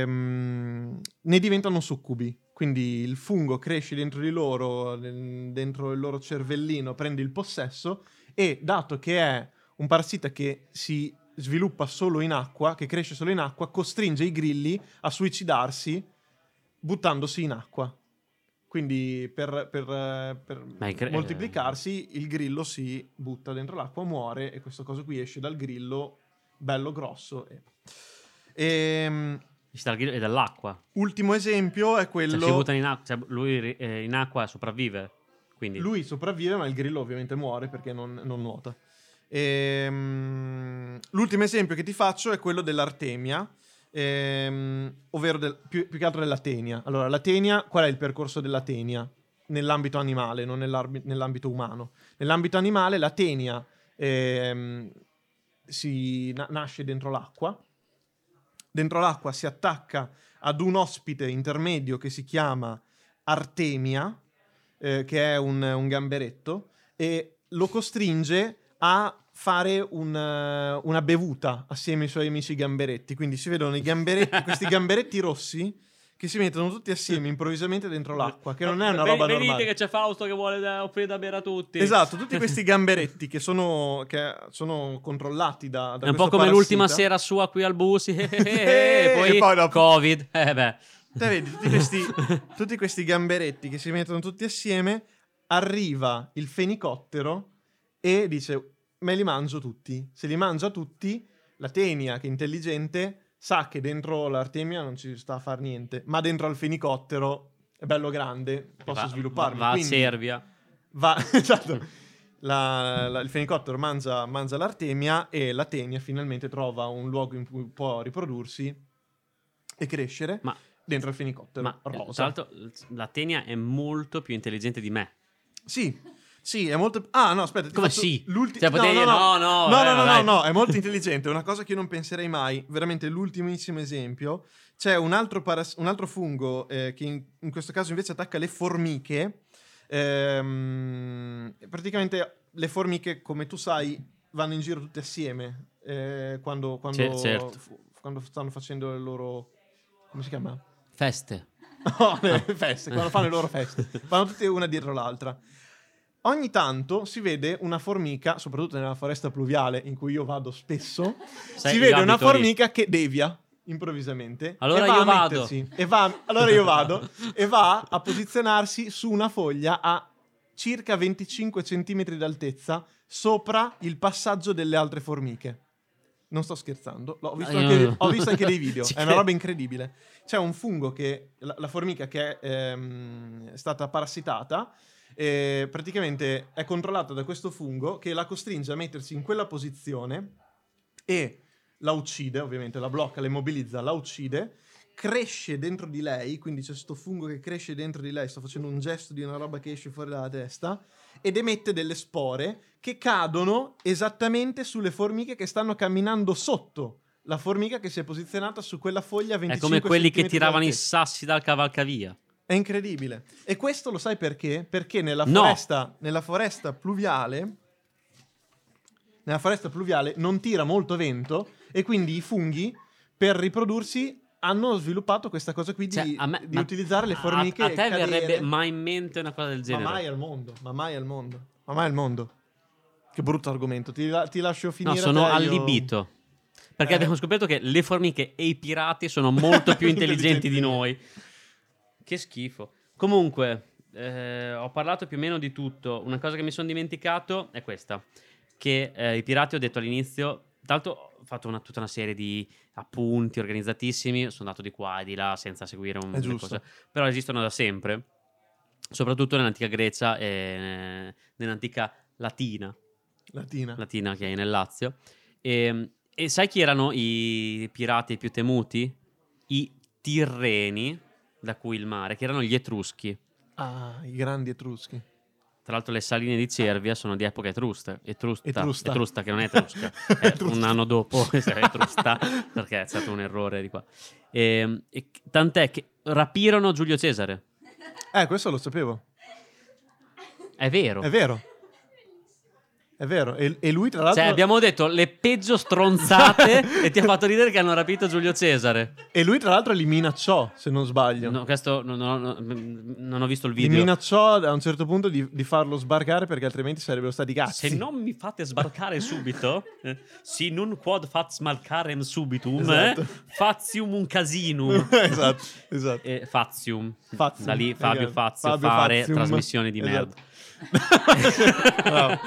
S4: ehm, ne diventano succubi. Quindi il fungo cresce dentro di loro, n- dentro il loro cervellino, prende il possesso e dato che è un parassita che si sviluppa solo in acqua, che cresce solo in acqua, costringe i grilli a suicidarsi buttandosi in acqua. Quindi per, per, eh, per
S3: Ma è incre-
S4: moltiplicarsi il grillo si butta dentro l'acqua, muore e questo coso qui esce dal grillo bello grosso. E... Ehm,
S3: Ci sta il grillo- E dall'acqua.
S4: ultimo esempio è
S3: Cioè,
S4: quello...
S3: si buttano in acqua. cioè, lui eh, in acqua sopravvive. Quindi.
S4: Lui sopravvive, ma il grillo ovviamente muore perché non, non nuota. Ehm, l'ultimo esempio che ti faccio è quello dell'artemia, ehm, ovvero del- più, più che altro della tenia. Allora, la tenia, qual è il percorso della tenia? Nell'ambito animale, non nell'arbi- nell'ambito umano. Nell'ambito animale, la tenia ehm, si na- nasce dentro l'acqua. Dentro l'acqua si attacca ad un ospite intermedio che si chiama Artemia, eh, che è un, un gamberetto, e lo costringe a fare un, eh, una bevuta assieme ai suoi amici gamberetti. Quindi si vedono i gamberetti, questi gamberetti rossi che si mettono tutti assieme improvvisamente dentro l'acqua, che non è una
S3: Ven-
S4: roba
S3: Venite
S4: normale.
S3: che c'è Fausto che vuole da- offrire da bere a tutti.
S4: Esatto, tutti questi gamberetti che sono, che sono controllati da, da
S3: È un po'
S4: questo
S3: come l'ultima
S4: parassita.
S3: sera sua qui al bus. eh, eh, eh,
S4: E
S3: e poi,
S4: poi dopo-
S3: Covid. Eh beh.
S4: Te vedi tutti questi, tutti questi gamberetti che si mettono tutti assieme. Arriva il fenicottero e dice: Me li mangio tutti. Se li mangia tutti, la tenia, che è intelligente, sa che dentro l'artemia non ci sta a far niente, ma dentro al fenicottero è bello grande, posso
S3: Va-
S4: svilupparmi.
S3: Va, a
S4: Quindi
S3: Serbia.
S4: va- esatto. La- la- il fenicottero mangia, mangia l'artemia e la tenia finalmente trova un luogo in cui può riprodursi e crescere
S3: Ma-
S4: dentro il fenicottero
S3: Ma eh, tra
S4: rosa.
S3: l'altro la Tenia è molto più intelligente di me.
S4: Sì, sì, è molto... Ah, no, aspetta. ti
S3: Come
S4: faccio
S3: sì?
S4: l'ulti-
S3: Cioè, potevi dire, no, no, eh,
S4: no,
S3: vabbè,
S4: no, no,
S3: dai.
S4: no, è molto intelligente. È una cosa che io non penserei mai. Veramente l'ultimissimo esempio. C'è un altro, paras- un altro fungo eh, che in-, in questo caso invece attacca le formiche. Ehm, praticamente le formiche, come tu sai, vanno in giro tutte assieme eh, quando, quando,
S3: Sì, certo.
S4: fu- quando stanno facendo le loro... come si chiama?
S3: Feste.
S4: No, le feste, quando fanno le loro feste. Vanno tutte una dietro l'altra. Ogni tanto si vede una formica, soprattutto nella foresta pluviale in cui io vado spesso,
S3: Sai,
S4: si
S3: io
S4: vede una
S3: abito lì.
S4: formica che devia improvvisamente.
S3: Allora
S4: e va
S3: io
S4: a
S3: vado.
S4: mettersi- e va- allora io vado e va a posizionarsi su una foglia a circa 25 cm d'altezza sopra il passaggio delle altre formiche. Non sto scherzando, l'ho- ho visto,
S3: No,
S4: anche,
S3: no, no.
S4: ho visto anche dei video,
S3: Ci
S4: è una
S3: credo.
S4: roba incredibile. C'è un fungo che, la, la formica che è ehm, stata parassitata, eh, praticamente è controllata da questo fungo che la costringe a mettersi in quella posizione e la uccide, ovviamente, la blocca, la immobilizza, la uccide, cresce dentro di lei, quindi c'è questo fungo che cresce dentro di lei, sto facendo un gesto di una roba che esce fuori dalla testa, ed emette delle spore che cadono esattamente sulle formiche che stanno camminando sotto la formica che si è posizionata su quella foglia a 25
S3: È come quelli che
S4: centimetri
S3: tiravano i
S4: d'altezza.
S3: sassi dal cavalcavia.
S4: È incredibile. E questo lo sai perché? Perché nella
S3: No.
S4: foresta, nella foresta pluviale nella foresta pluviale non tira molto vento e quindi i funghi per riprodursi hanno sviluppato questa cosa qui di,
S3: Cioè, a me-
S4: di
S3: ma-
S4: utilizzare le
S3: a-
S4: formiche
S3: A, te
S4: e cadere.
S3: verrebbe mai in mente una cosa del
S4: ma
S3: genere?
S4: mai al mondo, ma mai al mondo, ma mai al mondo. Che brutto argomento, ti, la- ti lascio
S3: No,
S4: finire.
S3: sono
S4: a te, io-
S3: allibito. Perché
S4: Eh.
S3: abbiamo scoperto che le formiche e i pirati sono molto più intelligenti di noi. Che schifo. Comunque, eh, ho parlato più o meno di tutto. Una cosa che mi sono dimenticato è questa. Che eh, i pirati ho detto all'inizio... Tanto ho fatto una- tutta una serie di appunti organizzatissimi, sono andato di qua e di là senza seguire un,
S4: È
S3: le
S4: giusto.
S3: cose. Però esistono da sempre, soprattutto nell'antica Grecia e eh, nell'antica Latina
S4: Latina.
S3: latina che è nel Lazio. E, e sai chi erano i pirati più temuti? I Tirreni, da cui il mare, che erano gli Etruschi.
S4: Ah, i grandi etruschi.
S3: Tra l'altro le saline di Cervia sono di epoca etrusta. Etrusta,
S4: Etrusta.
S3: etrusta, che non è etrusca. È
S4: Etrusta.
S3: un anno dopo sarà etrusta, perché è stato un errore di qua. E- e tant'è che rapirono Giulio Cesare.
S4: Eh, questo lo sapevo.
S3: È vero.
S4: È vero. È vero. E, e lui, tra l'altro,
S3: Cioè, abbiamo detto le peggio stronzate e ti ha fatto ridere che hanno rapito Giulio Cesare.
S4: e lui, tra l'altro, li minacciò, se non sbaglio.
S3: No, questo non, non- non- non ho visto il
S4: li
S3: video.
S4: minacciò a un certo punto di, di farlo sbarcare perché altrimenti sarebbero stati
S3: Se
S4: cazzi.
S3: non mi fate sbarcare subito, eh, si non quod fat smalcarem subitum,
S4: Esatto.
S3: eh, fazium un casinum.
S4: esatto, esatto.
S3: Eh, fazium.
S4: Fazium,
S3: Da lì Fabio
S4: esatto.
S3: Fazio
S4: Fabio
S3: fare
S4: Fazium.
S3: trasmissioni di
S4: Esatto.
S3: merda.
S4: Bravo.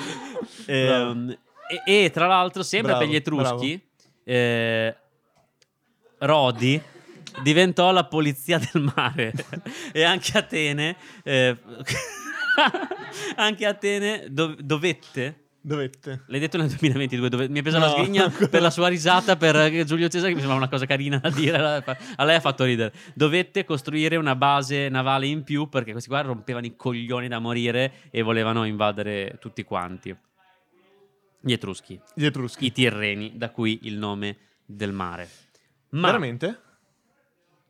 S3: Ehm, e, e tra l'altro, sempre
S4: Bravo,
S3: per gli etruschi, eh, Rodi diventò la polizia del mare e anche Atene, eh, anche Atene dov- dovette.
S4: Dovette.
S3: L'hai detto nel 2022, dove mi è presa la
S4: No,
S3: sgrigna
S4: ancora.
S3: per la sua risata per eh, Giulio Cesare, che mi sembrava una cosa carina da dire. alla- A lei ha fatto ridere. Dovette costruire una base navale in più perché questi qua rompevano i coglioni da morire e volevano invadere tutti quanti. Gli Etruschi,
S4: Gli etruschi.
S3: i Tirreni, da cui il nome del mare. Ma,
S4: Veramente?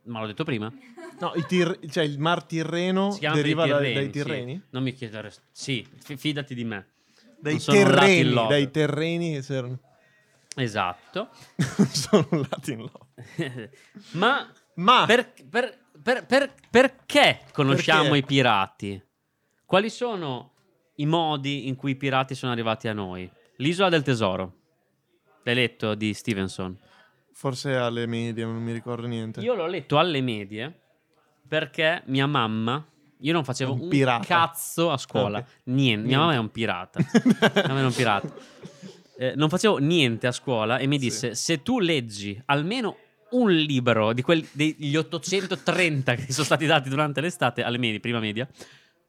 S3: ma l'ho detto prima?
S4: No, i tir- cioè il mar Tirreno
S3: Si chiama
S4: deriva
S3: per i
S4: dai- dai
S3: sì.
S4: Tirreni?
S3: Non mi chiedere. Sì, fi- fidati di me.
S4: Dai
S3: Non sono un Latin
S4: terreni,
S3: lover.
S4: dai terreni che si erano-
S3: Esatto.
S4: sono un Latin love.
S3: Ma
S4: Ma
S3: per- per- per- per- perché conosciamo
S4: Perché?
S3: i pirati? Quali sono i modi in cui i pirati sono arrivati a noi? L'isola del tesoro. L'hai letto di Stevenson?
S4: forse alle medie, non mi ricordo niente.
S3: Io l'ho letto alle medie perché mia mamma, io non facevo
S4: Un
S3: un,
S4: pirata. Ah,
S3: cazzo a scuola,
S4: Ok.
S3: niente, mia mamma è un pirata. mia mamma era un pirata. Eh, non facevo niente a scuola e mi
S4: Sì.
S3: disse se tu leggi almeno un libro di quelli degli 830 che ti sono stati dati durante l'estate alle medie, prima media,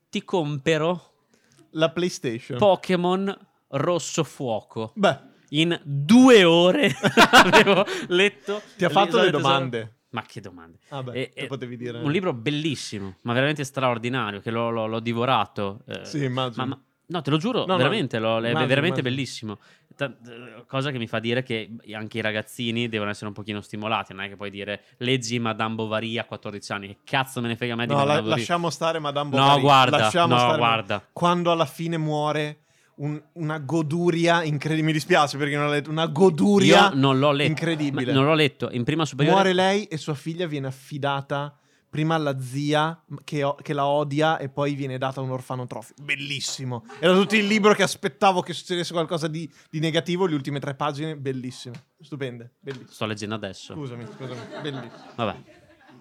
S3: ti compero
S4: La PlayStation.
S3: Pokémon Rosso Fuoco.
S4: Beh,
S3: In due ore avevo letto.
S4: ti ha fatto
S3: l'Isola
S4: le
S3: del Tesoro.
S4: domande.
S3: Ma che domande.
S4: Ah beh,
S3: E-
S4: te
S3: e-
S4: potevi dire.
S3: Un libro bellissimo, ma veramente straordinario, che l'ho, l'ho- l'ho divorato. eh,
S4: Sì, immagino.
S3: ma- ma- no, te lo giuro,
S4: No, no,
S3: veramente, l'ho- è
S4: immagino,
S3: veramente
S4: immagino.
S3: bellissimo. Ta- eh, cosa che mi fa dire che anche i ragazzini devono essere un pochino stimolati, non è che puoi dire leggi Madame Bovary a 14 anni, che cazzo me ne frega a me di
S4: No, la-
S3: Madame Bovary.
S4: lasciamo stare Madame Bovary.
S3: No, guarda,
S4: Lasciamo
S3: no,
S4: stare-
S3: guarda.
S4: Quando alla fine muore un- una goduria incredibile. Mi dispiace perché non l'ho letto. Una goduria
S3: Io non l'ho letto.
S4: incredibile.
S3: Ma Non l'ho letto, in prima superiore.
S4: Muore lei e sua figlia viene affidata prima alla zia che, o- che la odia e poi viene data a un orfanotrofio. Bellissimo. Era tutto il libro che aspettavo che succedesse qualcosa di, di negativo. Le ultime tre pagine, bellissime. Stupende. Bellissime.
S3: Sto leggendo adesso.
S4: Scusami, scusami. Bellissime.
S3: Vabbè,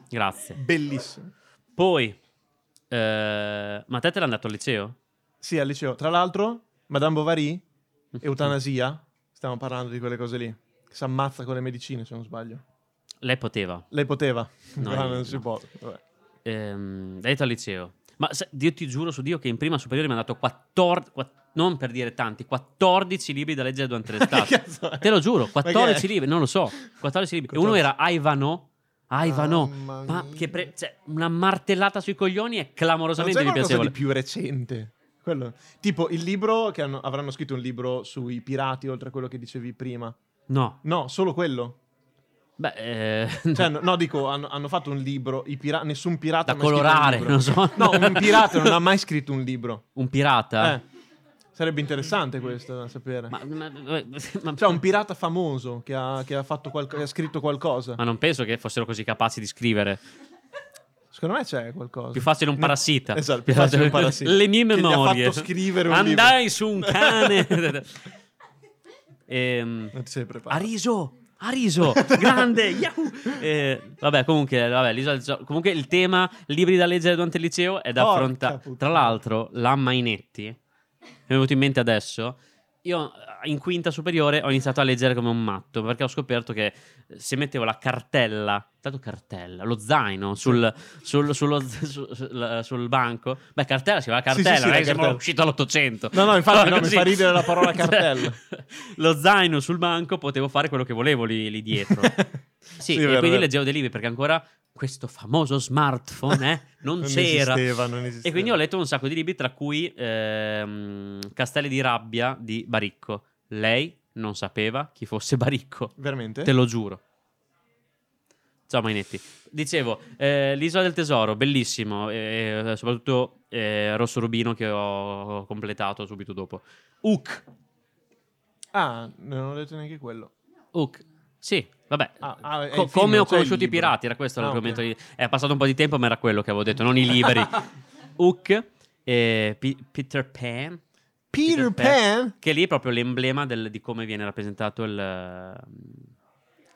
S3: grazie.
S4: Bellissime.
S3: Poi, eh, ma te te l'hai andato al liceo?
S4: Sì, al liceo. Tra l'altro, Madame Bovary, eutanasia, stiamo parlando di quelle cose lì. Che si ammazza con le medicine, se non sbaglio.
S3: Lei poteva.
S4: Lei poteva,
S3: No,
S4: ma
S3: io-
S4: non si
S3: no.
S4: può. Vabbè.
S3: Ehm, l'hai detto al liceo. Ma se- io ti giuro su Dio che in prima superiore mi hanno dato 14, quat- non per dire tanti, 14 libri da leggere durante
S4: Che
S3: l'estate.
S4: cazzo è?
S3: Te lo giuro,
S4: Ma che è?
S3: 14 libri, non lo so, 14 libri. E uno
S4: 14.
S3: era Aivano, Aivano,
S4: Mamma
S3: ma
S4: mia.
S3: che pre- cioè, una martellata sui coglioni è
S4: Non
S3: clamorosamente
S4: c'è qualcosa di
S3: piacevole.
S4: più recente. Quello- Tipo il libro che hanno- avranno scritto un libro sui pirati, oltre a quello che dicevi prima.
S3: No,
S4: No, solo quello.
S3: beh, eh,
S4: Cioè, no, no, dico, hanno, hanno fatto un libro. i pira- nessun
S3: da
S4: pirata ha mai scritto un
S3: colorare,
S4: libro.
S3: non so.
S4: No, un pirata non ha mai scritto un libro.
S3: Un pirata?
S4: Eh, sarebbe interessante questo da sapere.
S3: Ah. Ma, ma- ma- ma-
S4: Cioè, un pirata famoso che ha, che ha fatto qualco- che ha scritto qualcosa.
S3: ma non penso che fossero così capaci di scrivere.
S4: Secondo me c'è qualcosa.
S3: Più facile un
S4: No.
S3: parassita.
S4: Esatto, più facile un parassita.
S3: Le mie
S4: Che gli ha
S3: memorie.
S4: fatto scrivere un
S3: Andai
S4: libro.
S3: su un cane. Ehm,
S4: Non ti sei preparato.
S3: Ariso, Ariso, grande, yahoo! Eh, vabbè, comunque, vabbè, l'isola del tesoro- comunque il tema libri da leggere durante il liceo è da
S4: Porca
S3: affrontare.
S4: puttana.
S3: Tra l'altro, la Mainetti, mi è venuto in mente adesso, io eh, in quinta superiore ho iniziato a leggere come un matto perché ho scoperto che eh, se mettevo la cartella, tanto cartella, lo zaino sul, sul, sullo- su- sul- sul banco, beh cartella si chiama
S4: Sì, sì,
S3: cartella,
S4: sì,
S3: non
S4: la
S3: è che siamo
S4: cartella.
S3: usciti all'Ottocento.
S4: No, no, infatti, no, mi
S3: Così.
S4: fa ridere la parola
S3: Ah, Cioè,
S4: cartella.
S3: lo zaino sul banco potevo fare quello che volevo lì, lì dietro. Sì, e
S4: vero,
S3: quindi
S4: vero.
S3: leggevo dei libri perché ancora questo famoso smartphone eh, non,
S4: Non
S3: c'era.
S4: esisteva, non esisteva.
S3: E quindi ho letto un sacco di libri, tra cui ehm, Castelli di rabbia di Baricco. Lei non sapeva chi fosse Baricco,
S4: Veramente?
S3: te lo giuro. Ciao Mainetti. Dicevo, eh, l'isola del tesoro, bellissimo, eh, soprattutto eh, Rosso Rubino che ho completato subito dopo. Hook,
S4: Ah, non ho detto neanche quello.
S3: Hook. Sì, vabbè.
S4: Ah, ah, è
S3: Co-
S4: il film,
S3: come ho
S4: cioè il
S3: conosciuto i
S4: libro.
S3: pirati, era questo
S4: Ah,
S3: l'argomento.
S4: ok.
S3: di- È passato un po' di tempo, ma era quello che avevo detto, non i libri. Hook, eh, Pi- Peter Pan.
S4: Peter Pan?
S3: Che lì è proprio l'emblema del- di come viene rappresentato il...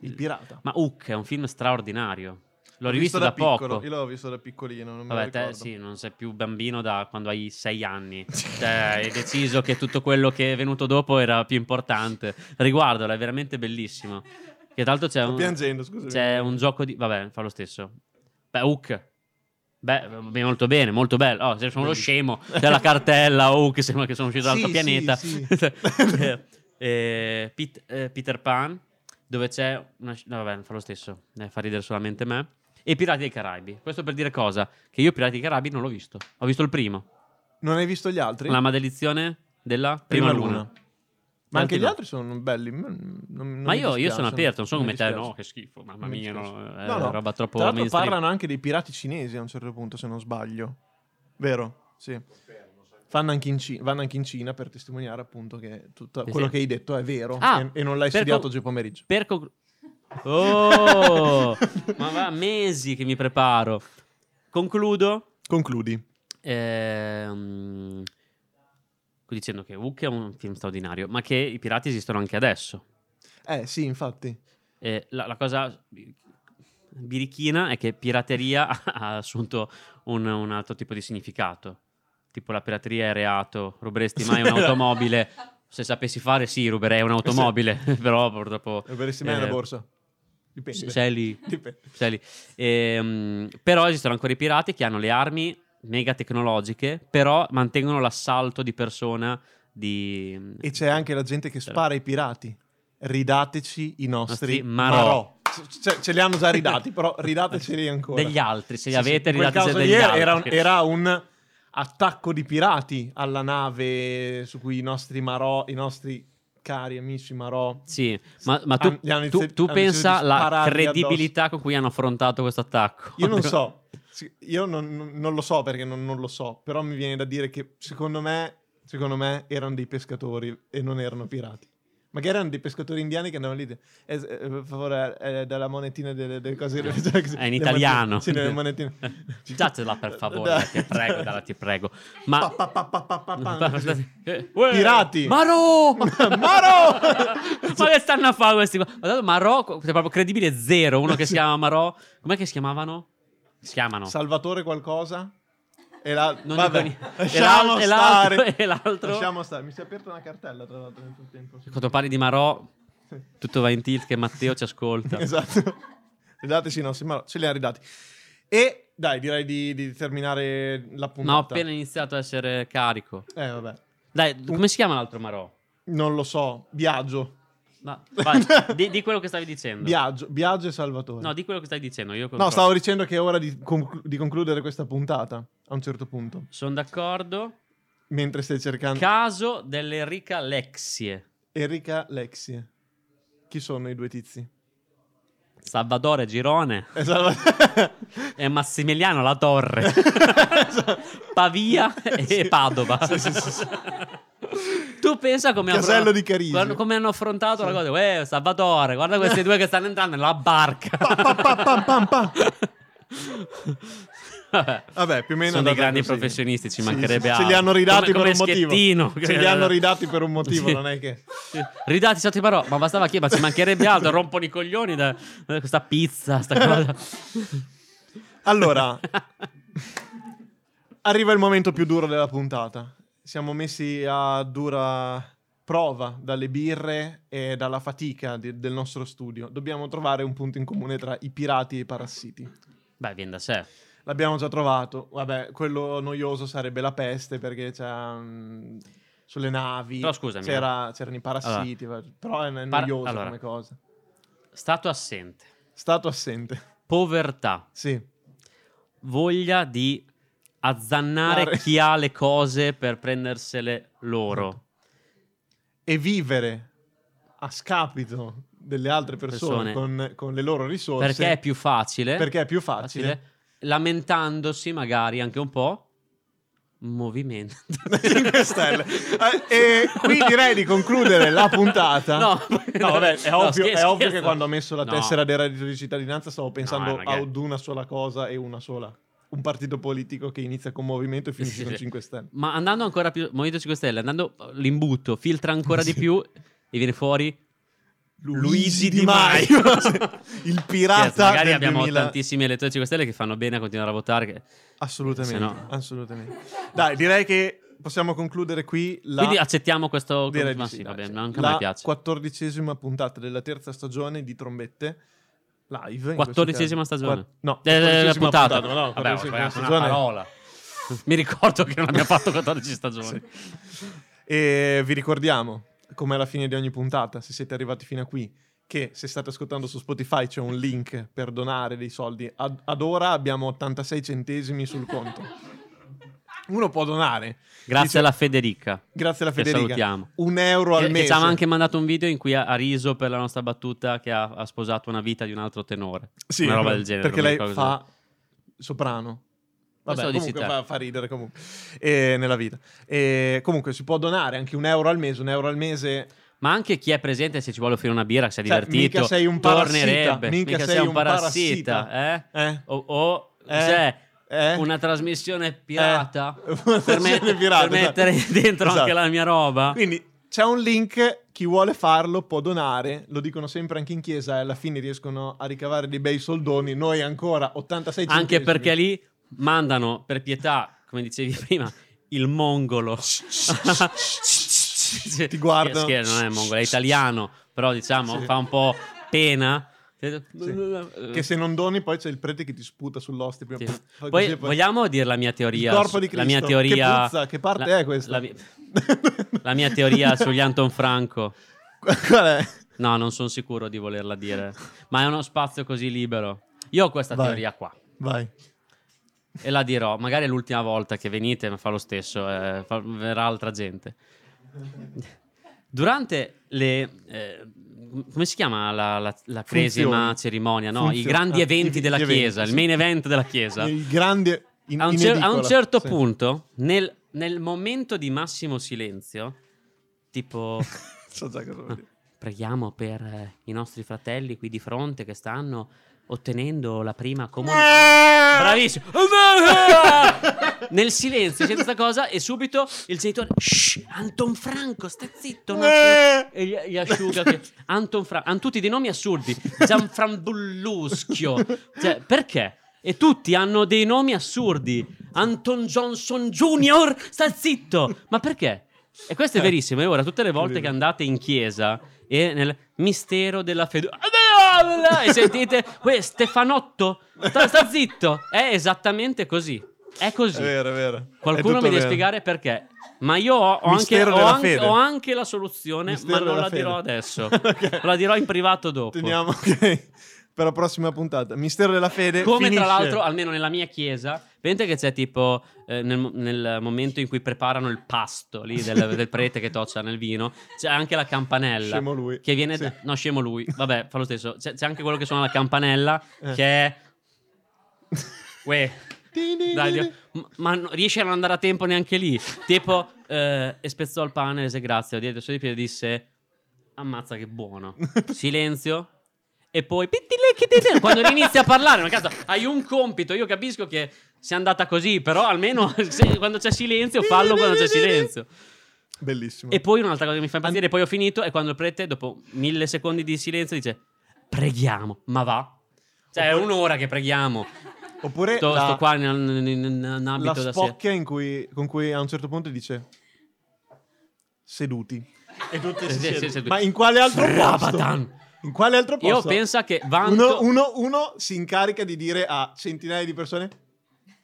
S4: Il pirata.
S3: Ma Hook è un film straordinario. L'ho
S4: L'ho
S3: rivisto
S4: visto
S3: da, poco.
S4: piccolo. Io l'ho visto da piccolino, non me
S3: Vabbè,
S4: lo
S3: te
S4: ricordo.
S3: sì, non sei più bambino da quando hai sei anni. Cioè, hai deciso che tutto quello che è venuto dopo era più importante. Riguardola, è veramente bellissimo. Che tanto c'è
S4: Sto
S3: un,
S4: piangendo, scusami.
S3: c'è un gioco di... Vabbè, fa lo stesso. Beh, Hook. Beh, beh, molto bene, molto bello. Oh, sono lo scemo. C'è la cartella Hook, sembra che sono uscito da un
S4: Sì,
S3: altro
S4: sì,
S3: pianeta.
S4: sì.
S3: Eh, eh, Pit- eh, Peter Pan, dove c'è una... sc- No, vabbè, fa lo stesso. Eh, fa ridere solamente me. E Pirati dei Caraibi. Questo per dire cosa? Che io Pirati dei Caraibi non l'ho visto. Ho visto il primo.
S4: Non hai visto gli altri?
S3: La maledizione della prima, luna.
S4: Ma anche
S3: Altri
S4: gli
S3: no.
S4: altri sono belli. mm, non- non
S3: Ma
S4: mi
S3: io, io sono
S4: dispiacciono.
S3: aperto, non sono come
S4: mi
S3: te.
S4: dispiace.
S3: No, che schifo. Mamma
S4: Mi
S3: mia,
S4: dispiace.
S3: no, è
S4: No, no.
S3: roba troppo
S4: Tra l'altro
S3: mainstream.
S4: parlano anche dei pirati cinesi a un certo punto, se non sbaglio. Vero? Sì. Fanno anche in Ci- vanno anche in Cina per testimoniare appunto che tutto
S3: Sì,
S4: quello
S3: sì.
S4: che hai detto è vero
S3: Ah,
S4: e, e non l'hai
S3: per
S4: studiato
S3: con-
S4: oggi pomeriggio.
S3: Per conclu- Oh, ma va mesi che mi preparo. Concludo
S4: Concludi.
S3: Ehm, dicendo che Hook è un film straordinario, ma che i pirati esistono anche adesso.
S4: Eh sì, infatti.
S3: Eh, la, la cosa birichina è che pirateria ha assunto un, un altro tipo di significato. Tipo la pirateria è reato, ruberesti mai un'automobile? Se sapessi fare, sì, ruberei un'automobile, però purtroppo...
S4: Dovresti mai
S3: eh,
S4: la borsa. Dipende.
S3: se- sei lì.
S4: Dipende.
S3: Sai lì. Ehm, però esistono ancora i pirati che hanno le armi mega tecnologiche, però mantengono l'assalto di persona di...
S4: E c'è anche la gente che
S3: Però-
S4: spara ai pirati. Ridateci i nostri
S3: Nostri marò.
S4: marò. C- cioè, ce li hanno già ridati, però ridateceli ancora.
S3: Degli altri, se li
S4: Sì,
S3: avete
S4: sì. In quel
S3: ridateci
S4: caso
S3: degli
S4: ieri
S3: altri.
S4: Era un, era un attacco di pirati alla nave su cui i nostri marò, i nostri cari amici marò.
S3: Sì, ma, ma tu,
S4: Han- gli hanno
S3: tu-
S4: inizi-
S3: tu
S4: hanno iniziato
S3: pensa
S4: di
S3: alla
S4: sparargli
S3: credibilità con cui hanno affrontato questo attacco.
S4: Io non so, Sì, io non, non- non lo so perché non, non lo so, però mi viene da dire che secondo me, secondo me erano dei pescatori e non erano pirati. Magari erano dei pescatori indiani che andavano lì e eh, eh, per favore eh, dalla monetina delle, delle cose
S3: Cioè, È Eh, in italiano.
S4: cioè, Sì, delle monetine.
S3: Dacela per favore,
S4: Dai.
S3: ti prego, dalla, ti prego. Ma...
S4: Pa, pa, pa, pa, pa, pa, pa.
S3: Eh, uè,
S4: Pirati!
S3: Maro!
S4: Maro!
S3: Ma che stanno a fare questi qua? Ma tanto Marò, co- cioè, proprio credibile zero, uno che si chiama Marò. Com'è che si chiamavano? Si chiamano.
S4: Salvatore qualcosa? E la...
S3: Non
S4: Vabbè,
S3: dico niente.
S4: lasciamo
S3: E l'altro-
S4: stare.
S3: e l'altro?
S4: Lasciamo stare. Mi si è aperta una cartella tra l'altro nel frattempo.
S3: Quando parli di Marò, tutto va in tilt che Matteo ci ascolta.
S4: Esatto. Ridateci i nostri marò. Ce li ha ridati. E dai, direi di, di terminare
S3: Ma
S4: la
S3: ho
S4: puntata.
S3: appena iniziato a essere carico.
S4: Eh, vabbè.
S3: Dai, come si chiama l'altro Marò?
S4: Non lo so. Biagio.
S3: Ma- vai, di, di quello che stavi dicendo.
S4: Biagio, Biagio e Salvatore.
S3: No, di quello che stai dicendo. Io
S4: No,
S3: controllo.
S4: stavo dicendo che è ora di, conclu- di concludere questa puntata. A un certo punto.
S3: Sono d'accordo.
S4: Mentre stai cercando...
S3: Caso dell'Enrica Lexie.
S4: Erika Lexie. Chi sono i due tizi?
S3: Salvatore Girone
S4: Eh, Salvatore-
S3: e Massimiliano La Torre. Pavia e
S4: Sì.
S3: Padova.
S4: Sì, sì, sì, sì.
S3: Tu pensa come,
S4: Casello di Carisi.
S3: quando- come hanno affrontato
S4: Sì.
S3: la cosa. Eh, Salvatore, guarda questi due che stanno entrando nella barca.
S4: Pa, pa, pa, pam, pam, pam.
S3: Vabbè.
S4: Vabbè, più o meno
S3: Sono dei
S4: andata
S3: grandi
S4: così.
S3: professionisti, ci
S4: Sì,
S3: mancherebbe
S4: sì,
S3: altro.
S4: Ce li hanno ridati
S3: Come-
S4: per
S3: come
S4: un motivo.
S3: Schettino.
S4: Ce li hanno ridati per un motivo,
S3: Sì.
S4: non è che...
S3: Sì. Ridati sotto i parò. Ma bastava che ma ci mancherebbe altro. Rompono i coglioni da, da questa pizza, sta cosa.
S4: Allora, arriva il momento più duro della puntata. Siamo messi a dura prova dalle birre e dalla fatica di- del nostro studio. Dobbiamo trovare un punto in comune tra i pirati e i parassiti.
S3: Beh, viene da sé.
S4: L'abbiamo già trovato. Vabbè, quello noioso sarebbe la peste perché c'è... mm, sulle navi
S3: Però scusami, eh.
S4: c'era- c'erano i parassiti, va- però è, è
S3: Par-
S4: noioso
S3: allora.
S4: come cosa.
S3: Stato assente,
S4: Stato assente.
S3: povertà,
S4: Sì.
S3: voglia di azzannare
S4: Dare.
S3: chi ha le cose per prendersele
S4: Esatto.
S3: loro.
S4: E vivere a scapito delle altre persone,
S3: Persone.
S4: Con, con le loro risorse.
S3: Perché è più facile.
S4: perché è più facile.
S3: Lamentandosi magari anche un po'. Movimento.
S4: 5 stelle. Eh, e qui direi di concludere la puntata.
S3: No,
S4: No, vabbè, è, ovvio,
S3: scherzo,
S4: è ovvio
S3: scherzo.
S4: che quando ho messo la
S3: No.
S4: tessera del reddito di cittadinanza stavo pensando
S3: No, eh, magari.
S4: ad una sola cosa e una sola. Un partito politico che inizia con movimento e finisce
S3: Sì,
S4: con
S3: sì.
S4: 5 Stelle.
S3: Ma andando ancora più, Movimento 5 Stelle, andando l'imbuto, filtra ancora di più e viene fuori
S4: il
S3: Scherzo,
S4: pirata
S3: magari
S4: del
S3: abbiamo
S4: 2000.
S3: tantissimi elettori 5 Stelle che fanno bene a continuare a votare. che-
S4: Assolutamente,
S3: Se no-
S4: assolutamente. Dai, direi che possiamo concludere qui la...
S3: Quindi accettiamo questo.
S4: direi di
S3: ma
S4: sì,
S3: sì,
S4: dai,
S3: va bene,
S4: sì.
S3: anche a
S4: la
S3: me piace.
S4: quattordicesima puntata della terza stagione di Trombette live. in questo
S3: Quattordicesima
S4: caso.
S3: stagione.
S4: Quat- no,
S3: Eh,
S4: quattordicesima
S3: puntata.
S4: puntata, ma no,
S3: Vabbè, ho
S4: quattordicesima
S3: sbagliato una
S4: stagione.
S3: parola. Mi ricordo che non abbiamo fatto 14 stagioni.
S4: E vi ricordiamo, come alla fine di ogni puntata, se siete arrivati fino a qui, che se state ascoltando su Spotify c'è un link per donare dei soldi. Ad, ad ora abbiamo 86 centesimi sul conto. Uno può donare,
S3: Grazie
S4: Dice-
S3: alla Federica.
S4: grazie alla
S3: Che
S4: Federica,
S3: salutiamo.
S4: un euro al
S3: Che, che
S4: mese.
S3: ci ha anche mandato un video in cui ha, ha riso per la nostra battuta che ha, ha sposato una vita di un altro tenore.
S4: Sì,
S3: una roba del genere.
S4: Perché
S3: non mi
S4: lei
S3: ricordo
S4: fa soprano. Vabbè,
S3: Questo lo dici
S4: comunque
S3: te.
S4: fa, fa ridere comunque eh, nella vita. Eh, comunque si può donare anche un euro al mese, un euro al mese.
S3: Ma anche chi è presente, se ci vuole offrire una birra, se è
S4: Cioè,
S3: divertito,
S4: mica sei un parassita,
S3: tornerebbe.
S4: mica sei un parassita.
S3: eh?
S4: Eh?
S3: O, o
S4: Eh?
S3: cioè,
S4: Eh?
S3: una trasmissione pirata
S4: Eh?
S3: per, me-
S4: Siete pirati,
S3: per
S4: esatto.
S3: mettere dentro anche
S4: Esatto.
S3: la mia roba.
S4: Quindi c'è un link, chi vuole farlo può donare, lo dicono sempre anche in chiesa e alla fine riescono a ricavare dei bei soldoni, noi ancora 86
S3: Anche
S4: centesimi.
S3: perché lì mandano per pietà, come dicevi prima, il mongolo.
S4: Ti guardano.
S3: Che non è mongolo, è italiano, però diciamo
S4: Sì.
S3: fa un po' pena.
S4: Sì. Che se non doni poi c'è il prete che ti sputa sull'oste. prima.
S3: eh. Sì.
S4: Pff, fa
S3: Poi
S4: così e
S3: vogliamo dire la mia teoria?
S4: Il corpo di
S3: su- La mia
S4: Cristo.
S3: teoria.
S4: Che puzza, che parte
S3: la-
S4: è questa?
S3: La, mia- la mia teoria sugli Anton Franco.
S4: Qual è?
S3: No, non sono sicuro di volerla dire, ma è uno spazio così libero. Io ho questa
S4: Vai.
S3: teoria qua
S4: Vai.
S3: e la dirò. Magari è l'ultima volta che venite, ma fa lo stesso, eh, fa- verrà altra gente. Durante le. eh, come si chiama la, la, la cresima
S4: Funzioni.
S3: cerimonia? No, i
S4: Funzioni.
S3: grandi
S4: Ah,
S3: eventi
S4: i-
S3: della
S4: gli eventi,
S3: chiesa,
S4: sì.
S3: il main event della chiesa.
S4: Il grande... in-
S3: a un,
S4: in
S3: cer- a
S4: edicola.
S3: un certo
S4: Sì.
S3: punto, nel, nel momento di massimo silenzio, tipo
S4: So già cosa vuol dire.
S3: preghiamo per eh, i nostri fratelli qui di fronte che stanno ottenendo la prima comunione.
S4: Ah!
S3: Bravissimo! Nel silenzio c'è questa cosa e subito il genitore Shh, Anton Franco, sta zitto. non ti-" E gli, gli asciuga che- Anton Franco, hanno tutti dei nomi assurdi. Gianframbulluschio. Cioè, perché? E tutti hanno dei nomi assurdi. Anton Johnson Jr. sta zitto. Ma perché? E questo è
S4: Eh.
S3: verissimo. E ora, tutte le volte
S4: Incredibile.
S3: che andate in chiesa e nel mistero della fede e sentite "Uè, Stefanotto sta, sta zitto è esattamente così è
S4: È
S3: così
S4: vero, è vero. È tutto
S3: qualcuno mi deve
S4: vero.
S3: spiegare perché ma io ho, ho anche,
S4: Mistero
S3: ho,
S4: della
S3: anche-
S4: fede.
S3: ho anche la soluzione
S4: Mistero
S3: ma non
S4: della
S3: la
S4: fede.
S3: dirò adesso
S4: Ok.
S3: la dirò in privato dopo
S4: Teniamo, ok. Per la prossima puntata. Mistero della fede.
S3: come
S4: finisce.
S3: tra l'altro almeno nella mia chiesa vedete che c'è tipo eh, nel, mo- nel momento in cui preparano il pasto lì del, del prete che toccia nel vino c'è anche la campanella
S4: Scemo lui.
S3: che viene
S4: Sì.
S3: da- no scemo lui vabbè fa lo stesso c'è, c'è anche quello che suona la campanella
S4: Eh.
S3: che è Uè, dai, Dio. M- ma non- riesce a non andare a tempo neanche lì tipo eh, e spezzò il pane e rese grazie dietro i suoi piedi e disse ammazza che buono silenzio e poi quando inizi a parlare ma cazzo hai un compito io capisco che sia andata così però almeno se- quando c'è silenzio fallo quando c'è silenzio
S4: Bellissimo.
S3: e poi un'altra cosa che mi fa impazzire, poi ho finito, è quando il prete, dopo mille secondi di silenzio, dice: Preghiamo, ma va. Cioè, è un'ora che preghiamo.
S4: Oppure
S3: Sto,
S4: Eh, la,
S3: sto qua in, in- in- in- in
S4: la
S3: abito da sera.
S4: spocchia in cui- con cui a un certo punto dice seduti. E tutti
S3: Sì,
S4: si
S3: sì,
S4: siedono.
S3: sì, sì.
S4: Ma in quale altro posto?
S3: Frabatan.
S4: In quale altro posto?
S3: Io penso che vanto.
S4: uno, uno- uno si incarica di dire a centinaia di persone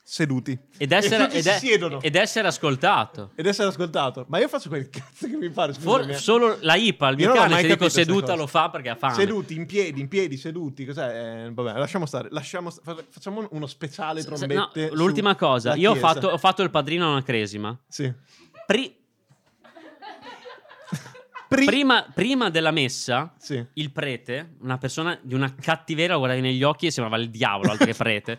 S4: seduti.
S3: Ed, essere,
S4: e tutti
S3: ed,
S4: si
S3: è-
S4: siedono.
S3: ed essere ascoltato.
S4: Ed essere ascoltato. Ma io faccio quel cazzo che mi pare.
S3: For-
S4: scusami. eh.
S3: solo la IPA, il
S4: Io
S3: mio
S4: non ho
S3: cane,
S4: mai
S3: se dico
S4: capito queste
S3: seduta
S4: cose.
S3: lo fa perché ha fame.
S4: Seduti, in piedi, in piedi, seduti. Cos'è? Eh, vabbè, lasciamo stare. Lasciamo sta- fa- facciamo uno speciale
S3: Se- se-
S4: trombette.
S3: no, l'ultima
S4: su-
S3: cosa,
S4: la
S3: io ho
S4: chiesa.
S3: fatto, ho fatto il padrino a una cresima.
S4: Sì.
S3: Pri-
S4: Pri-
S3: prima, prima della messa,
S4: Sì.
S3: il prete, una persona di una cattiveria, lo guardavi negli occhi e sembrava il diavolo, altro che prete.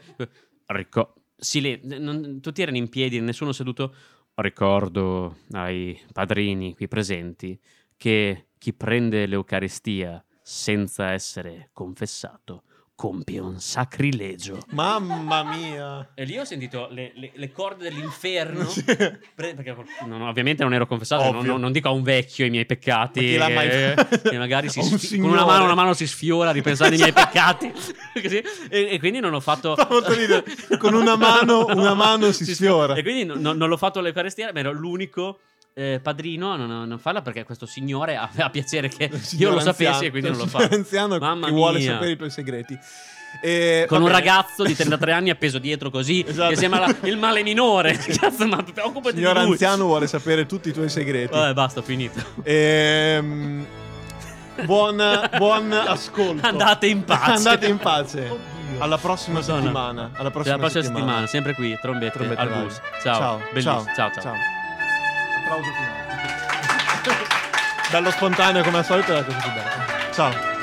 S3: Ricco- sile- non- tutti erano in piedi, nessuno seduto. Ricordo ai padrini qui presenti che chi prende l'Eucaristia senza essere confessato compie un sacrilegio.
S4: Mamma mia.
S3: E lì ho sentito le, le- le corde dell'inferno.
S4: Sì.
S3: Pre- perché non- ovviamente non ero confessato,
S4: Ovvio.
S3: non, non- non dico a un vecchio i miei peccati.
S4: Ma chi l'ha mai
S3: eh,
S4: fatto?
S3: che magari si
S4: A un
S3: sfi- con una
S4: signore. Esatto.
S3: mano, una mano si sfiora a ripensare ai miei peccati. Così. e, e quindi non ho fatto.
S4: Fa molto ridere. Con una mano- una mano si sfiora.
S3: E quindi non, non- non l'ho fatto all'Eucaristia, ma ero l'unico. eh, padrino a non, a non farla perché questo signore aveva piacere che Eh, io
S4: Signor
S3: lo
S4: anziano.
S3: sapessi e quindi non l'ho
S4: Signor
S3: fatto
S4: anziano
S3: Mamma
S4: che vuole
S3: mia.
S4: sapere i tuoi segreti. Eh,
S3: con
S4: va
S3: un
S4: bene.
S3: ragazzo di 33 anni appeso dietro così
S4: Esatto.
S3: che sembra la- il male minore cazzo ma occupati
S4: Signor
S3: di lui
S4: anziano vuole sapere tutti i tuoi segreti.
S3: vabbè basta ho finito
S4: Ehm, buon, buon ascolto.
S3: Andate in pace.
S4: Andate in pace. Alla prossima
S3: Madonna.
S4: settimana. Alla
S3: Cioè,
S4: prossima,
S3: la prossima settimana. sempre qui trombette,
S4: Trombetta
S3: al
S4: live.
S3: bus ciao bellissimo ciao, ciao.
S4: Applauso finale. Bello spontaneo come al solito è la cosa più bella. Ciao.